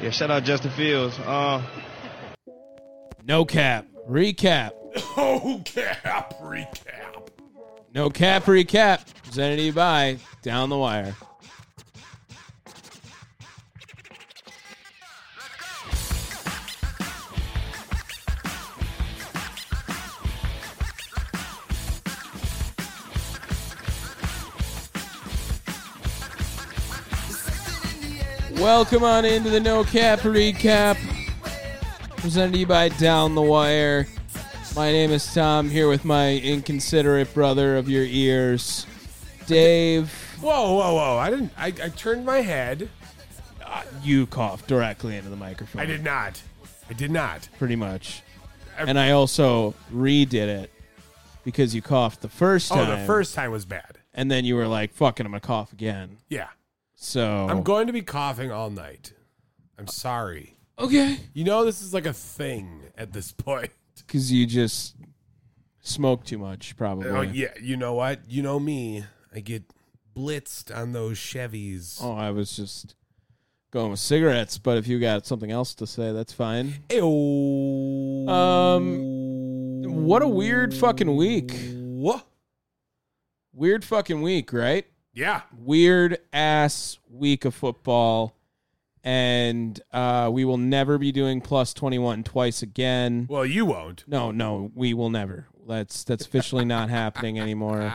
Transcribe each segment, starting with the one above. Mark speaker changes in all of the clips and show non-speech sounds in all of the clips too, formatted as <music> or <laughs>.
Speaker 1: Yeah, shout out Justin Fields. Uh,
Speaker 2: No cap.
Speaker 3: <laughs>
Speaker 2: Recap.
Speaker 3: Oh, cap recap.
Speaker 2: No cap recap. Presented to you by Down the Wire. Welcome on into the No Cap Recap. Presented to you by Down the Wire. My name is Tom, here with my inconsiderate brother of your ears, Dave.
Speaker 3: Whoa, whoa, whoa! I didn't. I, I turned my head.
Speaker 2: You coughed directly into the microphone.
Speaker 3: I did not. I did not.
Speaker 2: Pretty much. And I also redid it because you coughed the first
Speaker 3: Oh,
Speaker 2: time.
Speaker 3: the first time was bad.
Speaker 2: And then you were like, fucking, I'm going to cough again.
Speaker 3: Yeah,
Speaker 2: So.
Speaker 3: I'm going to be coughing all night. I'm sorry.
Speaker 2: Okay.
Speaker 3: You know this is like a thing at this <laughs> point.
Speaker 2: Because you just smoked too much, probably.
Speaker 3: Oh yeah, you know what? You know me. I get blitzed on those Chevys.
Speaker 2: Oh, I was just going with cigarettes, but if you got something else to say, that's fine.
Speaker 3: Ew.
Speaker 2: Um, what a weird fucking week.
Speaker 3: Wha-
Speaker 2: Weird fucking week, right?
Speaker 3: Yeah.
Speaker 2: Weird ass week of football. And uh, we will never be doing plus 21 twice again.
Speaker 3: Well, you won't.
Speaker 2: No, no, we will never. That's that's officially not happening anymore.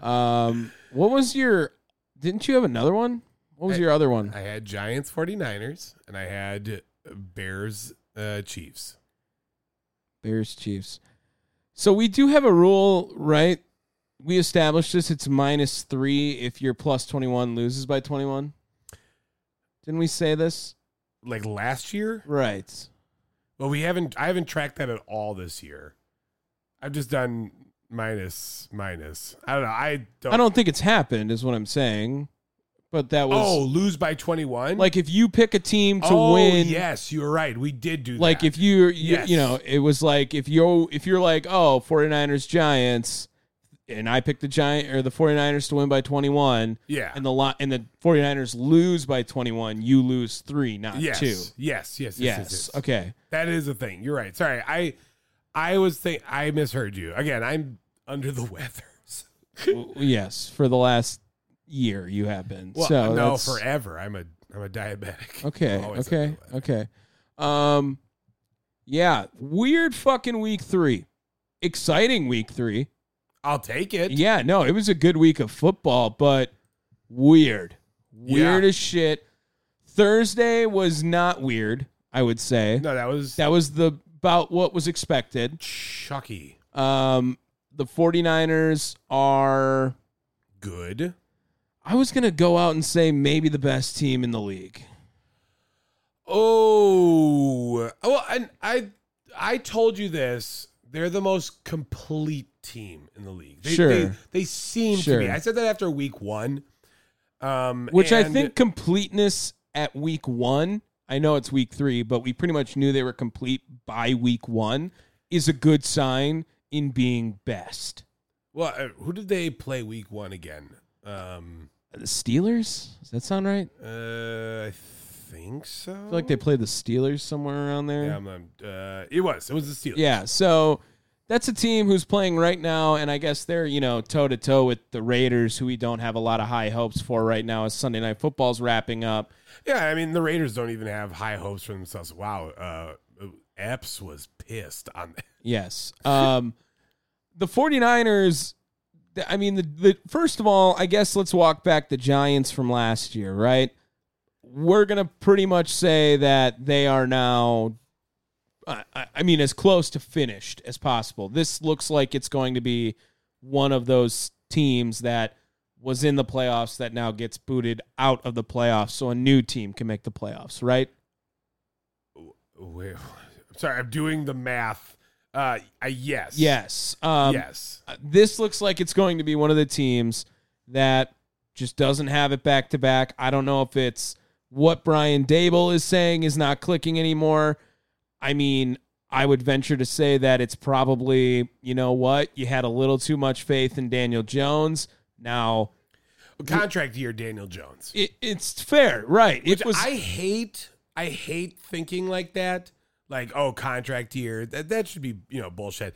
Speaker 2: Um, what was your? Didn't you have another one? What was your other one?
Speaker 3: I had Giants 49ers and I had Bears uh, Chiefs.
Speaker 2: Bears Chiefs. So we do have a rule, right? We established this. It's minus three if your plus twenty one loses by twenty one. Didn't we say this?
Speaker 3: Like last year?
Speaker 2: Right.
Speaker 3: Well, we haven't I haven't tracked that at all this year. I've just done minus minus. I don't know. I don't
Speaker 2: I don't think it's happened, is what I'm saying. But that
Speaker 3: Oh,
Speaker 2: was
Speaker 3: lose by 21?
Speaker 2: like if you pick a team to
Speaker 3: oh,
Speaker 2: win,
Speaker 3: Yes, you were right. We did do
Speaker 2: like
Speaker 3: that.
Speaker 2: if you, you
Speaker 3: Yes.
Speaker 2: you know it was like if you if you're like oh 49ers giants and i picked the giant or the 49ers to win by 21
Speaker 3: Yeah.
Speaker 2: and the lot and the 49ers lose by 21 you lose 3 not
Speaker 3: yes.
Speaker 2: 2
Speaker 3: yes. Yes, yes, yes.
Speaker 2: yes
Speaker 3: yes.
Speaker 2: okay
Speaker 3: That is a thing. You're right. Sorry. I I was think I misheard you. Again, I'm under the <laughs> weather.
Speaker 2: W- yes for the last year you have been
Speaker 3: Well, uh,
Speaker 2: so
Speaker 3: no,
Speaker 2: that's-
Speaker 3: forever. I'm a I'm a diabetic.
Speaker 2: okay
Speaker 3: I'm <laughs> always
Speaker 2: okay
Speaker 3: under the weather.
Speaker 2: okay um yeah weird fucking week 3 exciting week 3
Speaker 3: I'll take it.
Speaker 2: Yeah, no, it was a good week of football, but weird. Weird
Speaker 3: Yeah.
Speaker 2: as shit. Thursday was not weird, I would say.
Speaker 3: No, that was
Speaker 2: That was the about what was expected.
Speaker 3: Chucky.
Speaker 2: Um the 49ers are
Speaker 3: Good.
Speaker 2: I was going to go out and say maybe the best team in the league.
Speaker 3: Oh, oh, and I I told you this. They're the most complete team in the league. They,
Speaker 2: Sure.
Speaker 3: They, they seem
Speaker 2: Sure.
Speaker 3: to be. I said that after week one. Um,
Speaker 2: Which I
Speaker 3: and-
Speaker 2: think completeness at week 1, I know it's week 3, but we pretty much knew they were complete by week 1 is a good sign in being best.
Speaker 3: Well, uh, who did they play week one again? Um,
Speaker 2: The Steelers? Does that sound right?
Speaker 3: uh, I think so.
Speaker 2: I feel like they played the Steelers somewhere around there.
Speaker 3: Yeah,
Speaker 2: Yeah.
Speaker 3: I'm, I'm, uh, it was. It was the Steelers.
Speaker 2: so that's a team who's playing right now, and I guess they're, you know, toe to toe with the Raiders, who we don't have a lot of high hopes for right now as Sunday Night Football's wrapping up.
Speaker 3: Yeah, I mean the Raiders don't even have high hopes for themselves. Wow, uh, Epps was pissed on that.
Speaker 2: Yes. Um, <laughs> the 49ers, th- I mean, the, the first of all, I guess let's walk back the Giants from last year, right? We're going to pretty much say that they are now, I, I I mean, as close to finished as possible. This looks like it's going to be one of those teams that was in the playoffs that now gets booted out of the playoffs, so a new team can make the playoffs, right?
Speaker 3: Wait, I'm sorry, I'm doing the math. Uh, I, yes.
Speaker 2: Yes. Um,
Speaker 3: yes.
Speaker 2: This looks like it's going to be one of the teams that just doesn't have it back to back. I don't know if it's what Brian Dable is saying is not clicking anymore. I mean, I would venture to say that it's probably, you know what, you had a little too much faith in Daniel Jones. Now,
Speaker 3: Contract year, Daniel Jones.
Speaker 2: it, it's fair, right?
Speaker 3: Which
Speaker 2: it was
Speaker 3: I hate. I hate thinking like that. Like, oh, contract year. That that should be you know bullshit.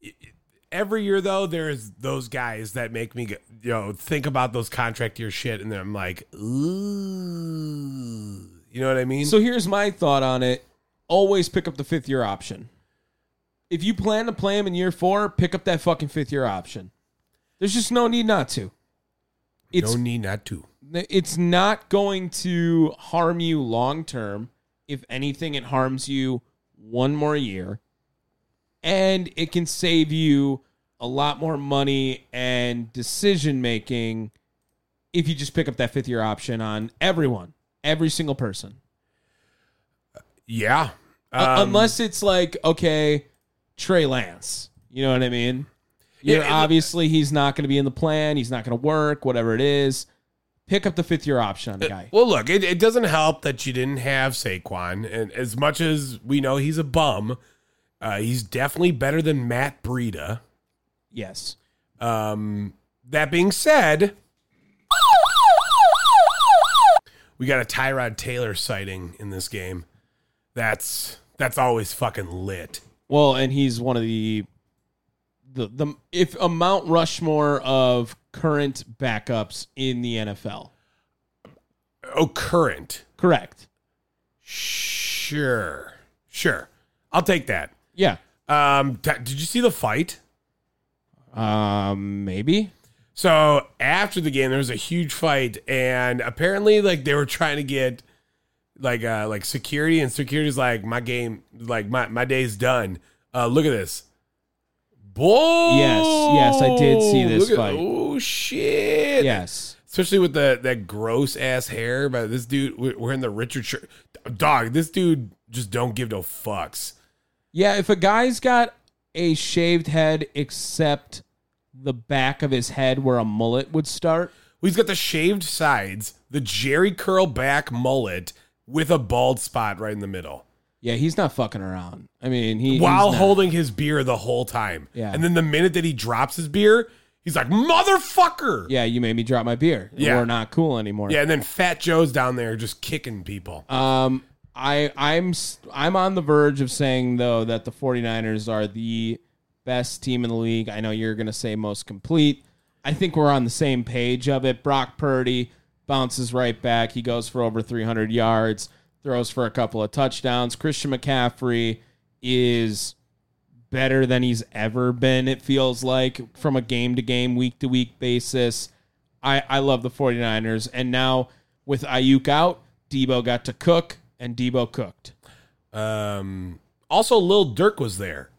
Speaker 3: It- it- Every year though, there's those guys that make me go- you know think about those contract year shit, and then I'm like, ooh, you know what I mean?
Speaker 2: So here's my thought on it. Always pick up the fifth year option. If you plan to play him in year four, pick up that fucking fifth year option. There's just no need not to. It's
Speaker 3: no need not to.
Speaker 2: it's not going to harm you long term. If anything, it harms you one more year. And it can save you a lot more money and decision making if you just pick up that fifth year option on everyone, every single person.
Speaker 3: Yeah.
Speaker 2: Uh,
Speaker 3: Um,
Speaker 2: unless it's like okay, Trey Lance. You know what I mean? You're
Speaker 3: Yeah, it-
Speaker 2: obviously he's not going to be in the plan. He's not going to work. Whatever it is, pick up the fifth year option on the guy.
Speaker 3: Well, look, it, it doesn't help that you didn't have Saquon, and as much as we know he's a bum, uh, he's definitely better than Matt Breida.
Speaker 2: yes.
Speaker 3: Um, that being said, we got a Tyrod Taylor sighting in this game. That's that's always fucking lit.
Speaker 2: Well, and he's one of the the the if a Mount Rushmore of current backups in the NFL.
Speaker 3: Oh, current.
Speaker 2: Correct.
Speaker 3: Sure, sure. I'll take that.
Speaker 2: Yeah.
Speaker 3: Um, t- did you see the fight?
Speaker 2: Um. Maybe.
Speaker 3: So after the game, there was a huge fight, and apparently, like they were trying to get like uh like security, and security's like, my game, like my my day's done. Uh, look at this. Boy.
Speaker 2: yes, I did see
Speaker 3: Look
Speaker 2: this
Speaker 3: at-
Speaker 2: fight.
Speaker 3: Oh shit!
Speaker 2: Yes.
Speaker 3: especially with the that gross ass hair. But this dude, we- we're in the Richard shirt, dog. This dude just don't give no fucks.
Speaker 2: Yeah, if a guy's got a shaved head except the back of his head where a mullet would start,
Speaker 3: Well, he's got the shaved sides, the Jerry curl back mullet with a bald spot right in the middle.
Speaker 2: yeah, he's not fucking around. I mean, he
Speaker 3: while
Speaker 2: he's not.
Speaker 3: holding his beer the whole time.
Speaker 2: Yeah.
Speaker 3: And then the minute that he drops his beer, he's like, motherfucker.
Speaker 2: Yeah, you made me drop my beer.
Speaker 3: Yeah.
Speaker 2: We're not cool anymore.
Speaker 3: Yeah, and then Fat Joe's down there just kicking people.
Speaker 2: Um I I'm s- I'm on the verge of saying though that the 49ers are the best team in the league. I know you're going to say most complete. I think we're on the same page of it. Brock Purdy bounces right back. He goes for over 300 yards, throws for a couple of touchdowns. Christian McCaffrey is better than he's ever been, it feels like, from a game to game, week to week basis. I, I love the 49ers. And now with Ayuk out, Debo got to cook, and Debo cooked.
Speaker 3: Um, also, Lil Durk was there.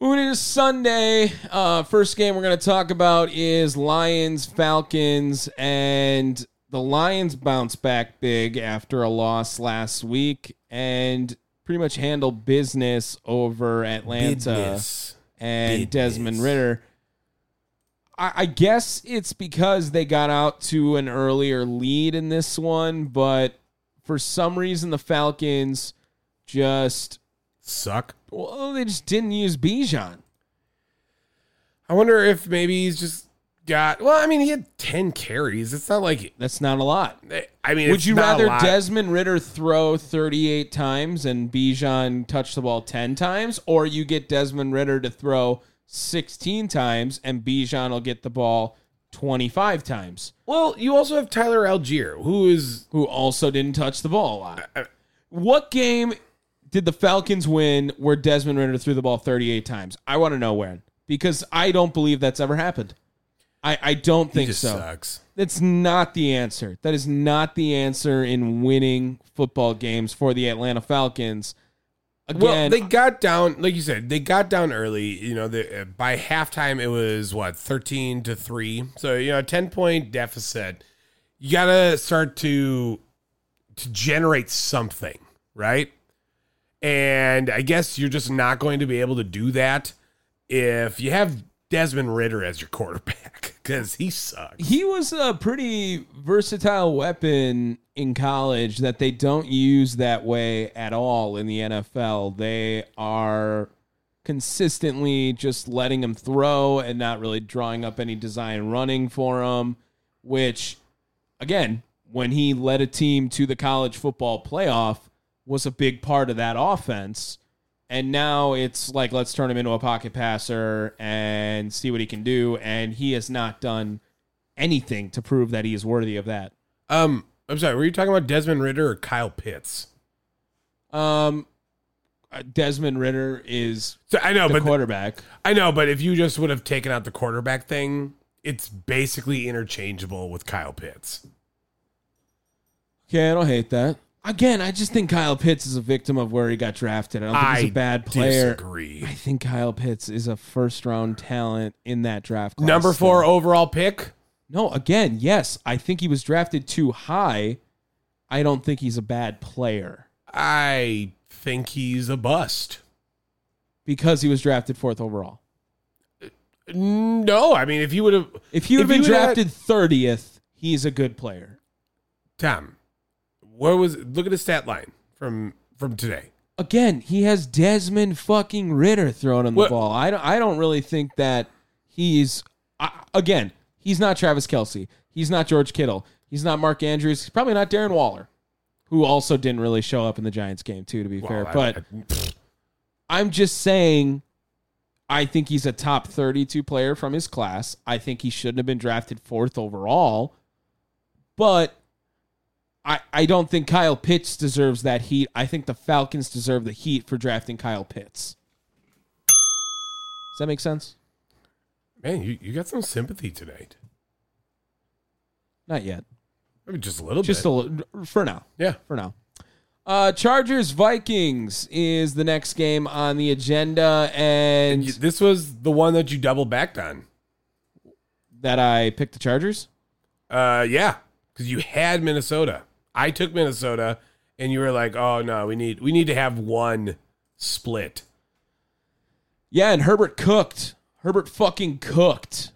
Speaker 2: Moving into Sunday, uh, first game we're going to talk about is Lions Falcons, and the Lions bounce back big after a loss last week, and pretty much handle business over Atlanta
Speaker 3: Business.
Speaker 2: and
Speaker 3: Business.
Speaker 2: Desmond Ritter. I, I guess it's because they got out to an earlier lead in this one, but for some reason the Falcons just
Speaker 3: Suck.
Speaker 2: well they just didn't use Bijan.
Speaker 3: I wonder if maybe he's just got, well, I mean, he had 10 carries. It's not like,
Speaker 2: That's not a lot.
Speaker 3: I mean,
Speaker 2: Would
Speaker 3: it's
Speaker 2: you
Speaker 3: not a
Speaker 2: rather
Speaker 3: lot.
Speaker 2: Desmond Ritter throw 38 times and Bijan touch the ball 10 times, or you get Desmond Ritter to throw 16 times and Bijan will get the ball 25 times,
Speaker 3: Well, you also have Tyler Algier, who is
Speaker 2: who also didn't touch the ball a
Speaker 3: Uh,
Speaker 2: lot? What game did the Falcons win where Desmond Ritter threw the ball 38 times? I want to know when because I don't believe that's ever happened. I, I don't
Speaker 3: he
Speaker 2: think
Speaker 3: just
Speaker 2: so.
Speaker 3: sucks.
Speaker 2: That's not the answer. That is not the answer in winning football games for the Atlanta Falcons. Again,
Speaker 3: Well, they got down, like you said, they got down early. You know, the, uh, by halftime it was what thirteen to three, so you know, a ten point deficit. You gotta start to to generate something, right? And I guess you're just not going to be able to do that if you have Desmond Ritter as your <laughs> quarterback because he sucks.
Speaker 2: he was a pretty versatile weapon in college that they don't use that way at all in the NFL. They are consistently just letting him throw and not really drawing up any design running for him, which again, when he led a team to the college football playoff was a big part of that offense. And now it's like let's turn him into a pocket passer and see what he can do and he has not done anything to prove that he is worthy of that.
Speaker 3: Um, I'm sorry, were you talking about Desmond Ritter or Kyle Pitts?
Speaker 2: Um, uh, Desmond Ritter is
Speaker 3: So I know,
Speaker 2: the
Speaker 3: Oh, but
Speaker 2: quarterback.
Speaker 3: I know, but if you just would have taken out the quarterback thing, it's basically interchangeable with Kyle Pitts.
Speaker 2: Okay, I don't hate that. Again, I just think Kyle Pitts is a victim of where he got drafted. I don't think he's a bad player.
Speaker 3: Disagree.
Speaker 2: I think Kyle Pitts is a first round talent in that draft class.
Speaker 3: Number four overall pick.
Speaker 2: No, again, yes, I think he was drafted too high. I don't think he's a bad player
Speaker 3: I think he's a bust.
Speaker 2: because he was drafted fourth overall.
Speaker 3: No, I mean if you would have
Speaker 2: If he would have
Speaker 3: If
Speaker 2: been
Speaker 3: you had-
Speaker 2: drafted thirtieth, he's a good player.
Speaker 3: Tom, what was look at the stat line from from today.
Speaker 2: again, he has Desmond fucking Ritter throwing him the
Speaker 3: What-
Speaker 2: ball. I don't, I don't really think that he's I, again. He's not Travis Kelsey. He's not George Kittle. He's not Mark Andrews. He's probably not Darren Waller, who also didn't really show up in the Giants game too. To be fair,
Speaker 3: Well, I-
Speaker 2: but I'm just saying, I think he's a top 32 player from his class. I think he shouldn't have been drafted fourth overall, but I I don't think Kyle Pitts deserves that heat. I think the Falcons deserve the heat for drafting Kyle Pitts. Does that make sense?
Speaker 3: man, you, you got some sympathy tonight.
Speaker 2: Not yet.
Speaker 3: I mean, just a little
Speaker 2: Just
Speaker 3: bit.
Speaker 2: a little for now.
Speaker 3: yeah.
Speaker 2: for now. Uh, Chargers Vikings is the next game on the agenda, and
Speaker 3: You- This was the one that you double backed on.
Speaker 2: that I picked the Chargers.
Speaker 3: Uh, yeah, because you had Minnesota. I took Minnesota, and you were like, "Oh no, we need we need to have one split."
Speaker 2: Yeah, and Herbert cooked. Herbert fucking cooked.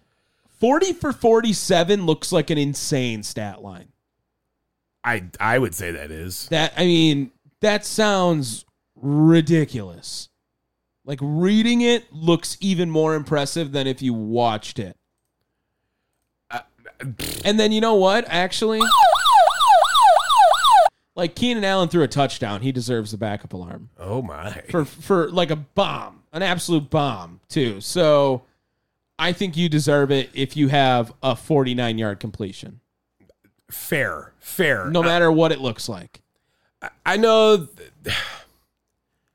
Speaker 2: Forty for forty-seven looks like an insane stat line.
Speaker 3: I I would say that is
Speaker 2: That I mean, that sounds ridiculous. Like reading it looks even more impressive than if you watched it. And then you know what? Actually, like Keenan Allen threw a touchdown. He deserves the backup alarm
Speaker 3: oh my.
Speaker 2: for for like a bomb, an absolute bomb too. So I think you deserve it if you have a 49 yard completion,
Speaker 3: fair, fair.
Speaker 2: no matter what it looks like.
Speaker 3: I know. th- <sighs>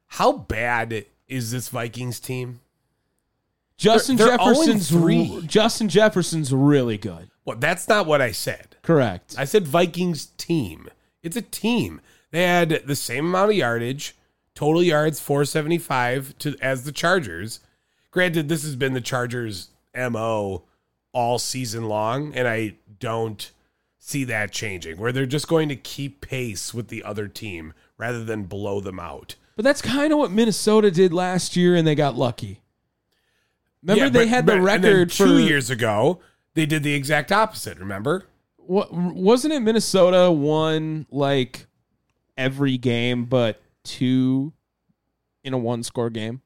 Speaker 3: how bad is this Vikings team?
Speaker 2: Justin
Speaker 3: They're- they're all in
Speaker 2: Jefferson's
Speaker 3: three.
Speaker 2: Justin Jefferson's really good.
Speaker 3: Well, that's not what I said.
Speaker 2: Correct.
Speaker 3: I said Vikings team. It's a team. They had the same amount of yardage, total yards 475 to as the Chargers. Granted, this has been the Chargers MO all season long, and I don't see that changing, where they're just going to keep pace with the other team rather than blow them out.
Speaker 2: But that's kind of what Minnesota did last year and they got lucky. Remember
Speaker 3: Yeah,
Speaker 2: they
Speaker 3: but-
Speaker 2: had the
Speaker 3: but- and then
Speaker 2: record for
Speaker 3: two years ago. They did the exact opposite, remember?
Speaker 2: What wasn't it Minnesota won like every game but two in a one score game?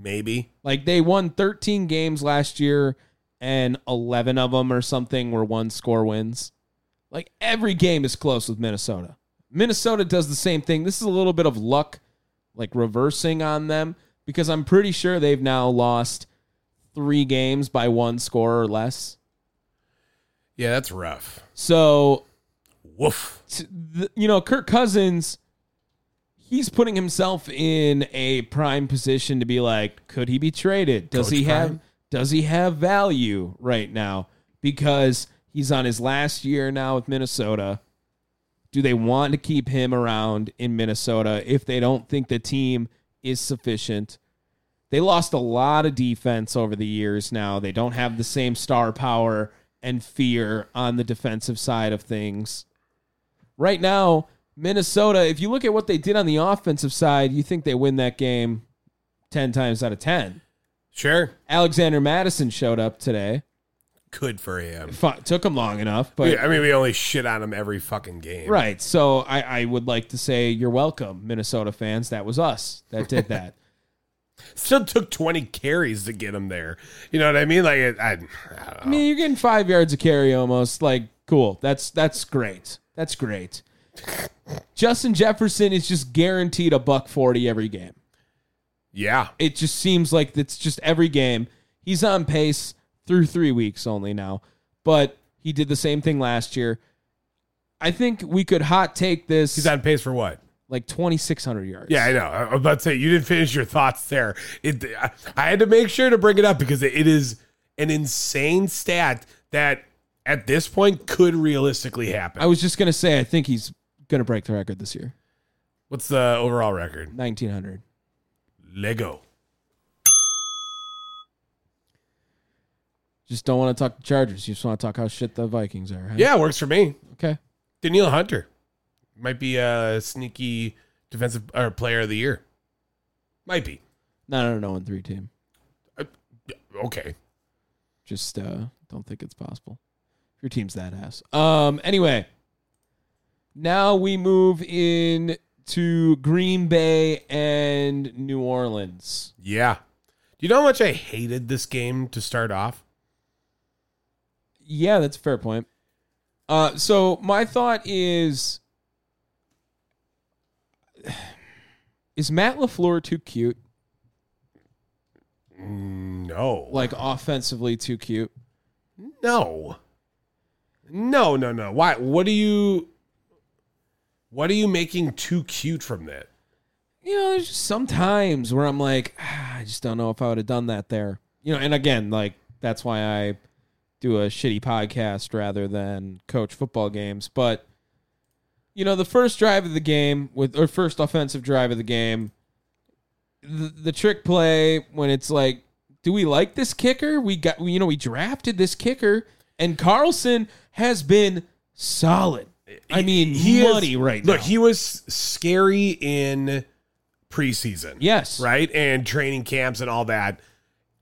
Speaker 3: Maybe.
Speaker 2: Like they won 13 games last year and 11 of them or something were one score wins. Like every game is close with Minnesota. Minnesota does the same thing. This is a little bit of luck like reversing on them because I'm pretty sure they've now lost 3 games by one score or less.
Speaker 3: Yeah, that's rough.
Speaker 2: So,
Speaker 3: Woof.
Speaker 2: t- th- you know, Kirk Cousins He's putting himself in a prime position to be like, could he be traded? Does
Speaker 3: Coach
Speaker 2: he have
Speaker 3: Prime?
Speaker 2: does he have value right now? Because he's on his last year now with Minnesota. do they want to keep him around in Minnesota if they don't think the team is sufficient? They lost a lot of defense over the years now. They don't have the same star power and fear on the defensive side of things. Right now, Minnesota, if you look at what they did on the offensive side, you think they win that game 10 times out of 10.
Speaker 3: Sure.
Speaker 2: Alexander Madison showed up today.
Speaker 3: Good for him.
Speaker 2: Fu- took him long enough, but
Speaker 3: Yeah, I mean, we only shit on him every fucking game.
Speaker 2: Right. So I, I would like to say you're welcome, Minnesota fans. That was us that did that.
Speaker 3: Still took 20 carries to get him there. You know what I mean? Like, it, I, I don't
Speaker 2: I
Speaker 3: know.
Speaker 2: mean, you're getting five yards of carry almost. Like, cool. That's that's great. That's great. Justin Jefferson is just guaranteed a buck forty every game.
Speaker 3: Yeah.
Speaker 2: It just seems like it's just every game. He's on pace through three weeks only now, but he did the same thing last year. I think we could hot take this
Speaker 3: He's on pace for what?
Speaker 2: like twenty six hundred yards.
Speaker 3: Yeah, I know. I- I'm about to say you didn't finish your thoughts there. It, I- I had to make sure to bring it up because it is an insane stat that at this point could realistically happen.
Speaker 2: I was just gonna say I think he's gonna break the record this year.
Speaker 3: What's the overall record?
Speaker 2: 1900.
Speaker 3: Lego.
Speaker 2: Just don't want to talk the Chargers. You just want to talk how shit the Vikings are. huh?
Speaker 3: Yeah, works for me.
Speaker 2: Okay.
Speaker 3: Daniil Hunter might be a sneaky defensive or player of the year. Might be.
Speaker 2: No, no, no, one three team.
Speaker 3: Okay.
Speaker 2: Just uh, don't think it's possible. Your team's that ass. Um. Anyway, now we move in to Green Bay and New Orleans.
Speaker 3: Yeah. Do you know how much I hated this game to start off?
Speaker 2: Yeah, that's a fair point. Uh, so my thought is, <sighs> is Matt Lafleur too cute?
Speaker 3: No.
Speaker 2: Like offensively too cute?
Speaker 3: No. No, no, no. Why? What are you? What are you making too cute from that?
Speaker 2: you know, there's just some times where I'm like, <sighs> ah, I just don't know if I would have done that there. You know, and again, like that's why I do a shitty podcast rather than coach football games. But you know, the first drive of the game with or first offensive drive of the game, the, the trick play when it's like, do we like this kicker? We got you know we drafted this kicker, and Carlson has been solid. I mean,
Speaker 3: He is-
Speaker 2: money right
Speaker 3: Look,
Speaker 2: now.
Speaker 3: he was scary in preseason.
Speaker 2: yes,
Speaker 3: Right? And training camps and all that.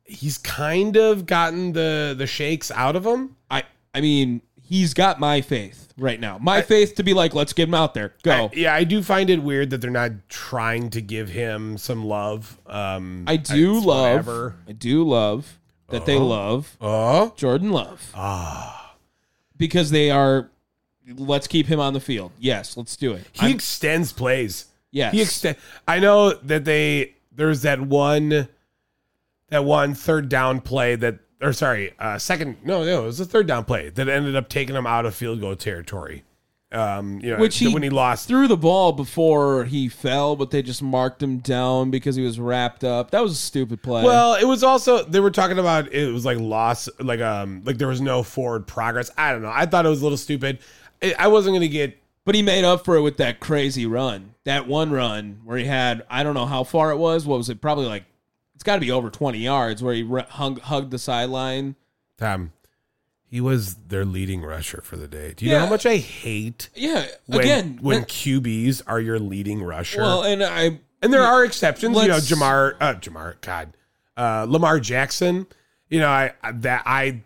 Speaker 3: He's kind of gotten the the shakes out of him.
Speaker 2: I I mean, he's got my faith right now. My faith to be like, let's get him out there. Go.
Speaker 3: I- yeah, I do find it weird that they're not trying to give him some love. Um
Speaker 2: I, do
Speaker 3: it's
Speaker 2: love
Speaker 3: whatever.
Speaker 2: I do love that they love
Speaker 3: Oh.
Speaker 2: Jordan Love. Uh-huh. Ah. Because they are let's keep him on the field. Yes, let's do it.
Speaker 3: He extends plays.
Speaker 2: Yes.
Speaker 3: He extend. I know that they there's that one, that one third down play that or sorry, uh, second no no it was a third down play that ended up taking him out of field goal territory. Um, you know,
Speaker 2: Which he
Speaker 3: when he lost.
Speaker 2: threw the ball before he fell, but they just marked him down because he was wrapped up. That was a stupid play.
Speaker 3: Well, it was also they were talking about it was like loss, like um, like there was no forward progress. I don't know. I thought it was a little stupid. I I wasn't gonna get
Speaker 2: But he made up for it with that crazy run. That one run where he had, I don't know how far it was. What was it? Probably like, it's got to be over 20 yards where he ru- hung, hugged the sideline.
Speaker 3: Tom. um, He was their leading rusher for the day. Do you know
Speaker 2: Yeah.
Speaker 3: how much I hate
Speaker 2: Yeah.
Speaker 3: when,
Speaker 2: again,
Speaker 3: when
Speaker 2: that-
Speaker 3: QBs are your leading rusher.
Speaker 2: well, and I,
Speaker 3: and there are exceptions, you know,
Speaker 2: let's-
Speaker 3: Jamar, uh, Jamar, God, uh, Lamar Jackson. You know, I I- that I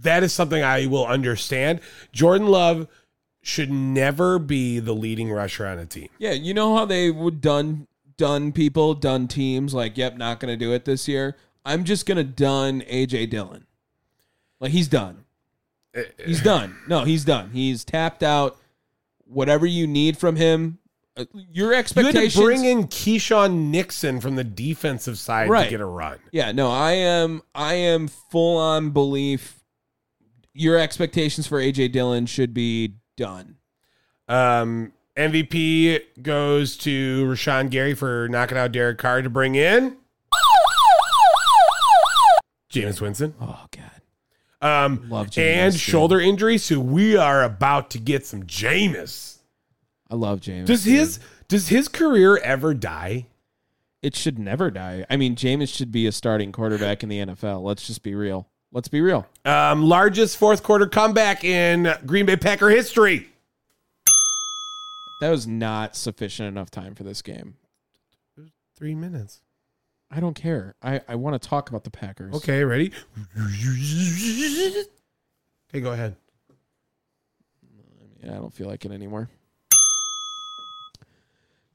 Speaker 3: that is something I will understand. Jordan Love should never be the leading rusher on a team.
Speaker 2: yeah, you know how they would done, done people, done teams like, yep, not going to do it this year. I'm just going to done AJ Dillon. Like, he's done. He's done. No, he's done. He's tapped out. Whatever you need from him, uh, your
Speaker 3: You had
Speaker 2: expectations.
Speaker 3: to bring in Keyshawn Nixon from the defensive side
Speaker 2: Right.
Speaker 3: to get a run.
Speaker 2: Yeah, no, I am I am full on belief your expectations for AJ Dillon should be done.
Speaker 3: Um, MVP goes to Rashawn Gary for knocking out Derek Carr to bring in James Winston.
Speaker 2: Oh god.
Speaker 3: Um,
Speaker 2: Love Jameis,
Speaker 3: and
Speaker 2: dude.
Speaker 3: shoulder injury. So we are about to get some Jameis.
Speaker 2: I love Jameis.
Speaker 3: Does
Speaker 2: dude.
Speaker 3: his does his career ever die?
Speaker 2: it should never die. I mean, Jameis should be a starting quarterback in the NFL. Let's just be real. Let's be real.
Speaker 3: Um, largest fourth quarter comeback in Green Bay Packer history.
Speaker 2: That was not sufficient enough time for this game.
Speaker 3: Three minutes.
Speaker 2: I don't care. I, I want to talk about the Packers.
Speaker 3: Okay, ready? Okay, go ahead.
Speaker 2: Yeah, I don't feel like it anymore.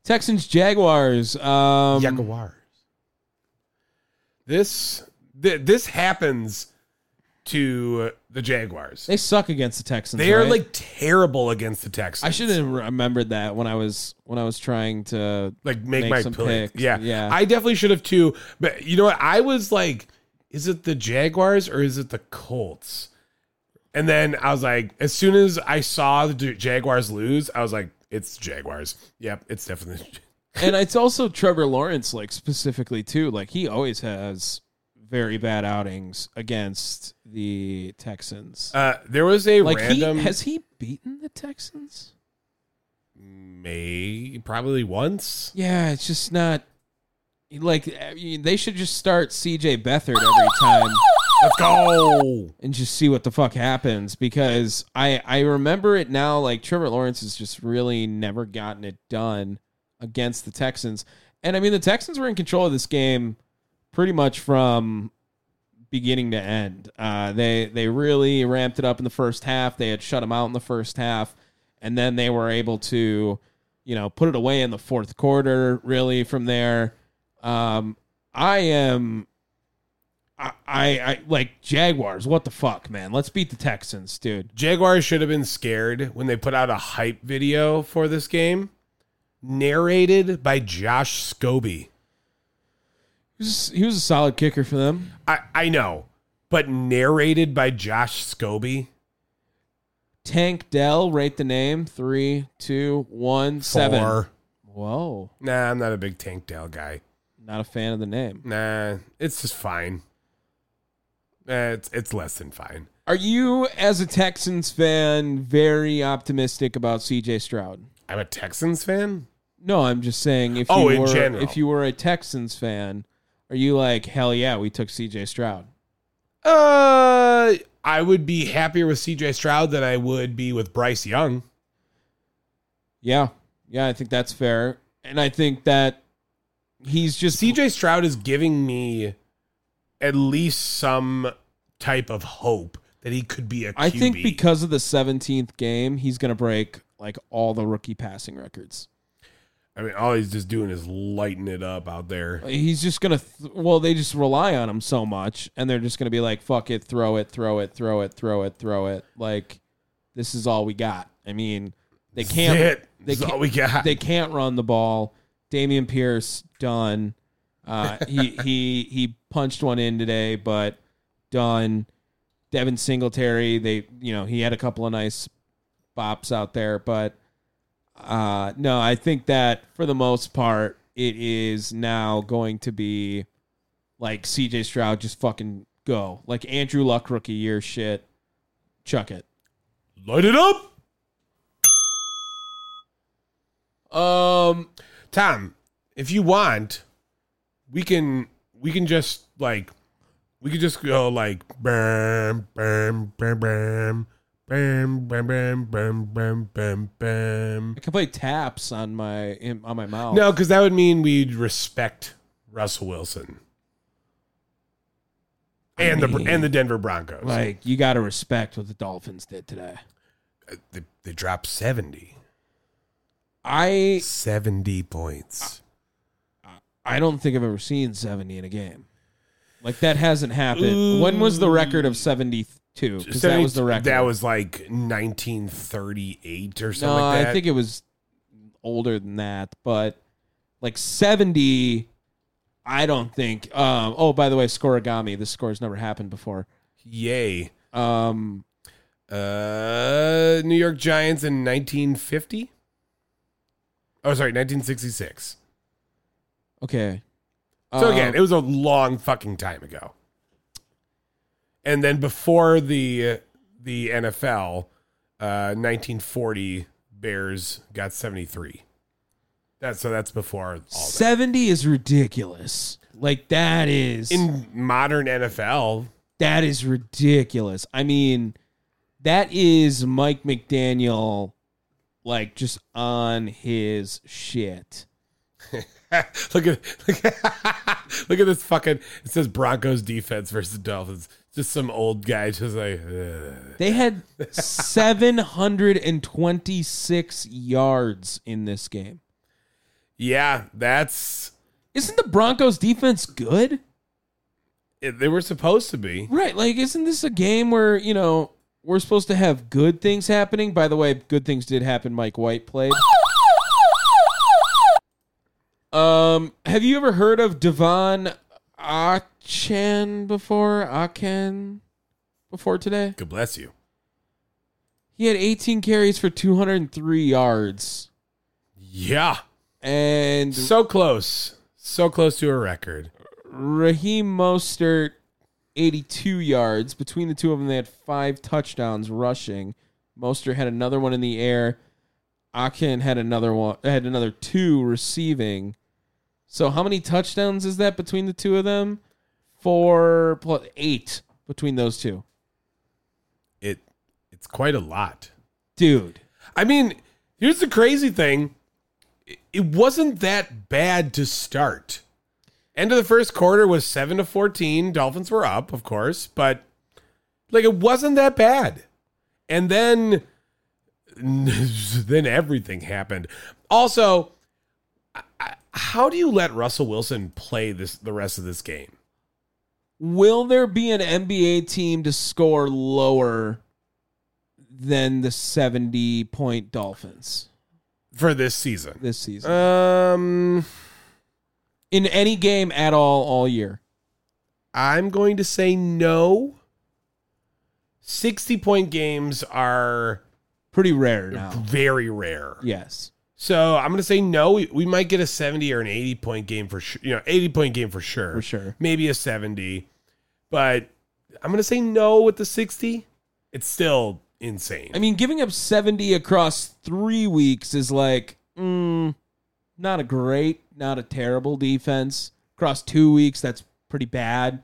Speaker 2: Texans Jaguars. Um,
Speaker 3: Jaguars. This th- this happens to the Jaguars.
Speaker 2: They suck against the Texans.
Speaker 3: They are
Speaker 2: right?
Speaker 3: like terrible against the Texans.
Speaker 2: I should have remembered that when I was when I was trying to <laughs>
Speaker 3: like make,
Speaker 2: make
Speaker 3: my
Speaker 2: some
Speaker 3: pick.
Speaker 2: picks.
Speaker 3: Yeah,
Speaker 2: Yeah.
Speaker 3: I definitely should have too. But you know what? I was like, is it the Jaguars or is it the Colts? And then I was like, as soon as I saw the Ja- Jaguars lose, I was like, it's Jaguars. Yep, it's definitely.
Speaker 2: and it's also Trevor Lawrence, like specifically too. Like he always has very bad outings against the Texans.
Speaker 3: Uh, there was a
Speaker 2: like
Speaker 3: random.
Speaker 2: he has he beaten the Texans?
Speaker 3: may probably once.
Speaker 2: Yeah, it's just not. Like I mean, they should just start C.J. Beathard every time
Speaker 3: Let's go.
Speaker 2: and just see what the fuck happens because I I remember it now. Like Trevor Lawrence has just really never gotten it done against the Texans, and I mean the Texans were in control of this game pretty much from beginning to end. Uh, they they really ramped it up in the first half. They had shut them out in the first half, and then they were able to, you know, put it away in the fourth quarter. Really, from there, um, I am. I, I, I like Jaguars. What the fuck, man? Let's beat the Texans, dude.
Speaker 3: Jaguars should have been scared when they put out a hype video for this game, narrated by Josh Scobie.
Speaker 2: He was, he was a solid kicker for them.
Speaker 3: I, I know, but narrated by Josh Scobie.
Speaker 2: Tank Dell, rate the name. Three, two, one, seven.
Speaker 3: Four.
Speaker 2: Whoa,
Speaker 3: Nah, I'm not a big Tank Dell guy.
Speaker 2: not a fan of the name.
Speaker 3: Nah, it's just fine. Eh, it's it's less than fine.
Speaker 2: Are you, as a Texans fan, very optimistic about C.J. Stroud?
Speaker 3: I'm a Texans fan.
Speaker 2: No, I'm just saying if
Speaker 3: Oh,
Speaker 2: you
Speaker 3: in
Speaker 2: were
Speaker 3: general.
Speaker 2: if you were a Texans fan, are you like hell yeah, we took C.J. Stroud?
Speaker 3: Uh, I would be happier with C.J. Stroud than I would be with Bryce Young.
Speaker 2: Yeah, yeah, I think that's fair, and I think that he's just
Speaker 3: C.J. Stroud is giving me at least some type of hope that he could be a QB.
Speaker 2: I think because of the 17th game, he's going to break like all the rookie passing records.
Speaker 3: I mean, all he's just doing is lighting it up out there.
Speaker 2: He's just going to, th- well, they just rely on him so much and they're just going to be like, fuck it, throw it, throw it, throw it, throw it, throw it. Like, this is all we got. I mean, they can't,
Speaker 3: That's it.
Speaker 2: they
Speaker 3: That's
Speaker 2: can't,
Speaker 3: all we got.
Speaker 2: they can't run the ball. Damian Pierce, done. Uh, he, he, he punched one in today, but done. Devin Singletary, they, you know, he had a couple of nice bops out there, but uh no, I think that for the most part it is now going to be like CJ Stroud just fucking go. Like Andrew Luck rookie year shit. Chuck it.
Speaker 3: Light it up.
Speaker 2: Um
Speaker 3: Tom, if you want, we can we can just like we could just go like bam bam bam bam bam bam bam bam bam bam bam.
Speaker 2: I can play taps on my in, on my mouth.
Speaker 3: No, because that would mean we'd respect Russell Wilson and the
Speaker 2: mean,
Speaker 3: and the Denver Broncos.
Speaker 2: Like you gotta respect what the Dolphins did today.
Speaker 3: they, they dropped 70.
Speaker 2: I
Speaker 3: 70 points.
Speaker 2: I don't think I've ever seen seventy in a game. Like that hasn't happened. When was the record of seventy two? Because that was the record.
Speaker 3: That was like 1938 or
Speaker 2: No,
Speaker 3: something like that.
Speaker 2: I think it was older than that, but like 70, I don't think. Um, oh, by the way, Scorigami. This score's never happened before.
Speaker 3: Yay.
Speaker 2: Um,
Speaker 3: Uh, New York Giants in 1950? Oh, sorry, 1966.
Speaker 2: okay.
Speaker 3: So again,
Speaker 2: Um,
Speaker 3: it was a long fucking time ago. And then before the the NFL, uh, 1940 Bears got 73. That's so that's before all that.
Speaker 2: 70 is ridiculous. Like that is
Speaker 3: In modern NFL,
Speaker 2: that is ridiculous. I mean, that is Mike McDaniel like just on his shit.
Speaker 3: <laughs> look at <laughs> look, look at this fucking it says Broncos defense versus Dolphins. Just some old guy just like "Ugh."
Speaker 2: They had 726 yards in this game.
Speaker 3: Yeah, that's
Speaker 2: Isn't the Broncos defense good?
Speaker 3: it, they were supposed to be.
Speaker 2: Right. Like, isn't this a game where, you know, we're supposed to have good things happening? By the way, good things did happen. Mike White played. Um, have you ever heard of Devon Achan before? Achen before today?
Speaker 3: God bless you.
Speaker 2: He had 18 carries for 203 yards.
Speaker 3: Yeah.
Speaker 2: And
Speaker 3: So close. So close to a record.
Speaker 2: Raheem Mostert, 82 yards. Between the two of them, they had five touchdowns rushing. Mostert had another one in the air. Akin had another one, had another two receiving. So how many touchdowns is that between the two of them? Four plus eight between those two,
Speaker 3: It it's quite a lot.
Speaker 2: dude.
Speaker 3: I mean, here's the crazy thing. It- It wasn't that bad to start. End of the first quarter was 7 to 14. Dolphins were up, of course, but like it wasn't that bad. And then <laughs> then everything happened. Also, I- I- how do you let Russell Wilson play this the rest of this game?
Speaker 2: Will there be an NBA team to score lower than the 70 point Dolphins
Speaker 3: for this season?
Speaker 2: this season?
Speaker 3: Um,
Speaker 2: in any game at all all year.
Speaker 3: I'm going to say no. 60 point games are
Speaker 2: Pretty rare now.
Speaker 3: very rare.
Speaker 2: Yes.
Speaker 3: So I'm going to say no. We, we might get a 70 or an 80 point game for sure. You know, 80 point game for sure.
Speaker 2: For sure.
Speaker 3: Maybe a 70. But I'm going to say no with the 60. It's still insane.
Speaker 2: I mean, giving up 70 across three weeks is like, mm, not a great, not a terrible defense. Across two weeks, that's pretty bad.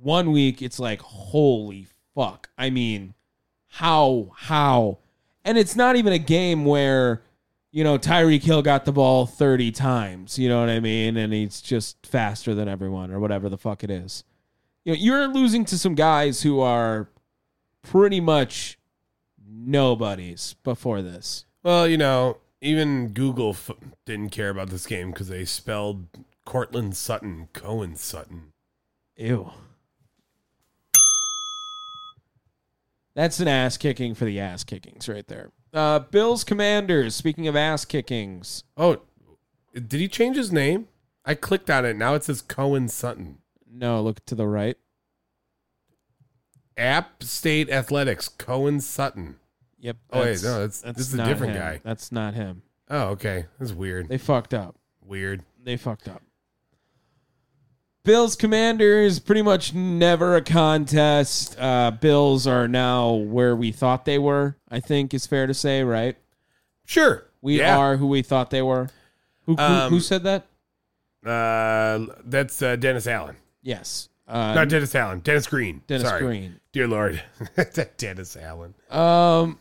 Speaker 2: One week, it's like, holy fuck. I mean, how, how? And it's not even a game where, you know, Tyreek Hill got the ball 30 times. You know what I mean? And he's just faster than everyone or whatever the fuck it is. You know, you're losing to some guys who are pretty much nobodies before this.
Speaker 3: well, you know, even Google f- didn't care about this game because they spelled Cortland Sutton, Cohen Sutton.
Speaker 2: Ew. That's an ass kicking for the ass kickings right there. Uh, Bills Commanders, speaking of ass kickings,
Speaker 3: Oh, did he change his name? I clicked on it. Now it says Cohen Sutton.
Speaker 2: no, look to the right.
Speaker 3: App State Athletics, Cohen Sutton.
Speaker 2: Yep.
Speaker 3: Oh, wait, no, that's- this is a
Speaker 2: not
Speaker 3: different
Speaker 2: him.
Speaker 3: guy.
Speaker 2: That's not him.
Speaker 3: Oh, okay. That's weird.
Speaker 2: They fucked up.
Speaker 3: Weird.
Speaker 2: They fucked up. Bills Commanders pretty much never a contest. Uh, Bills are now where we thought they were. I think is fair to say, right?
Speaker 3: Sure.
Speaker 2: We
Speaker 3: Yeah.
Speaker 2: are who we thought they were. Who, who,
Speaker 3: Um,
Speaker 2: who said that?
Speaker 3: Uh, that's uh, Dennis Allen.
Speaker 2: Yes. Uh,
Speaker 3: Not Dennis Allen. Dennis Green.
Speaker 2: Dennis
Speaker 3: Sorry.
Speaker 2: Green.
Speaker 3: Dear Lord. <laughs> Dennis Allen.
Speaker 2: Um,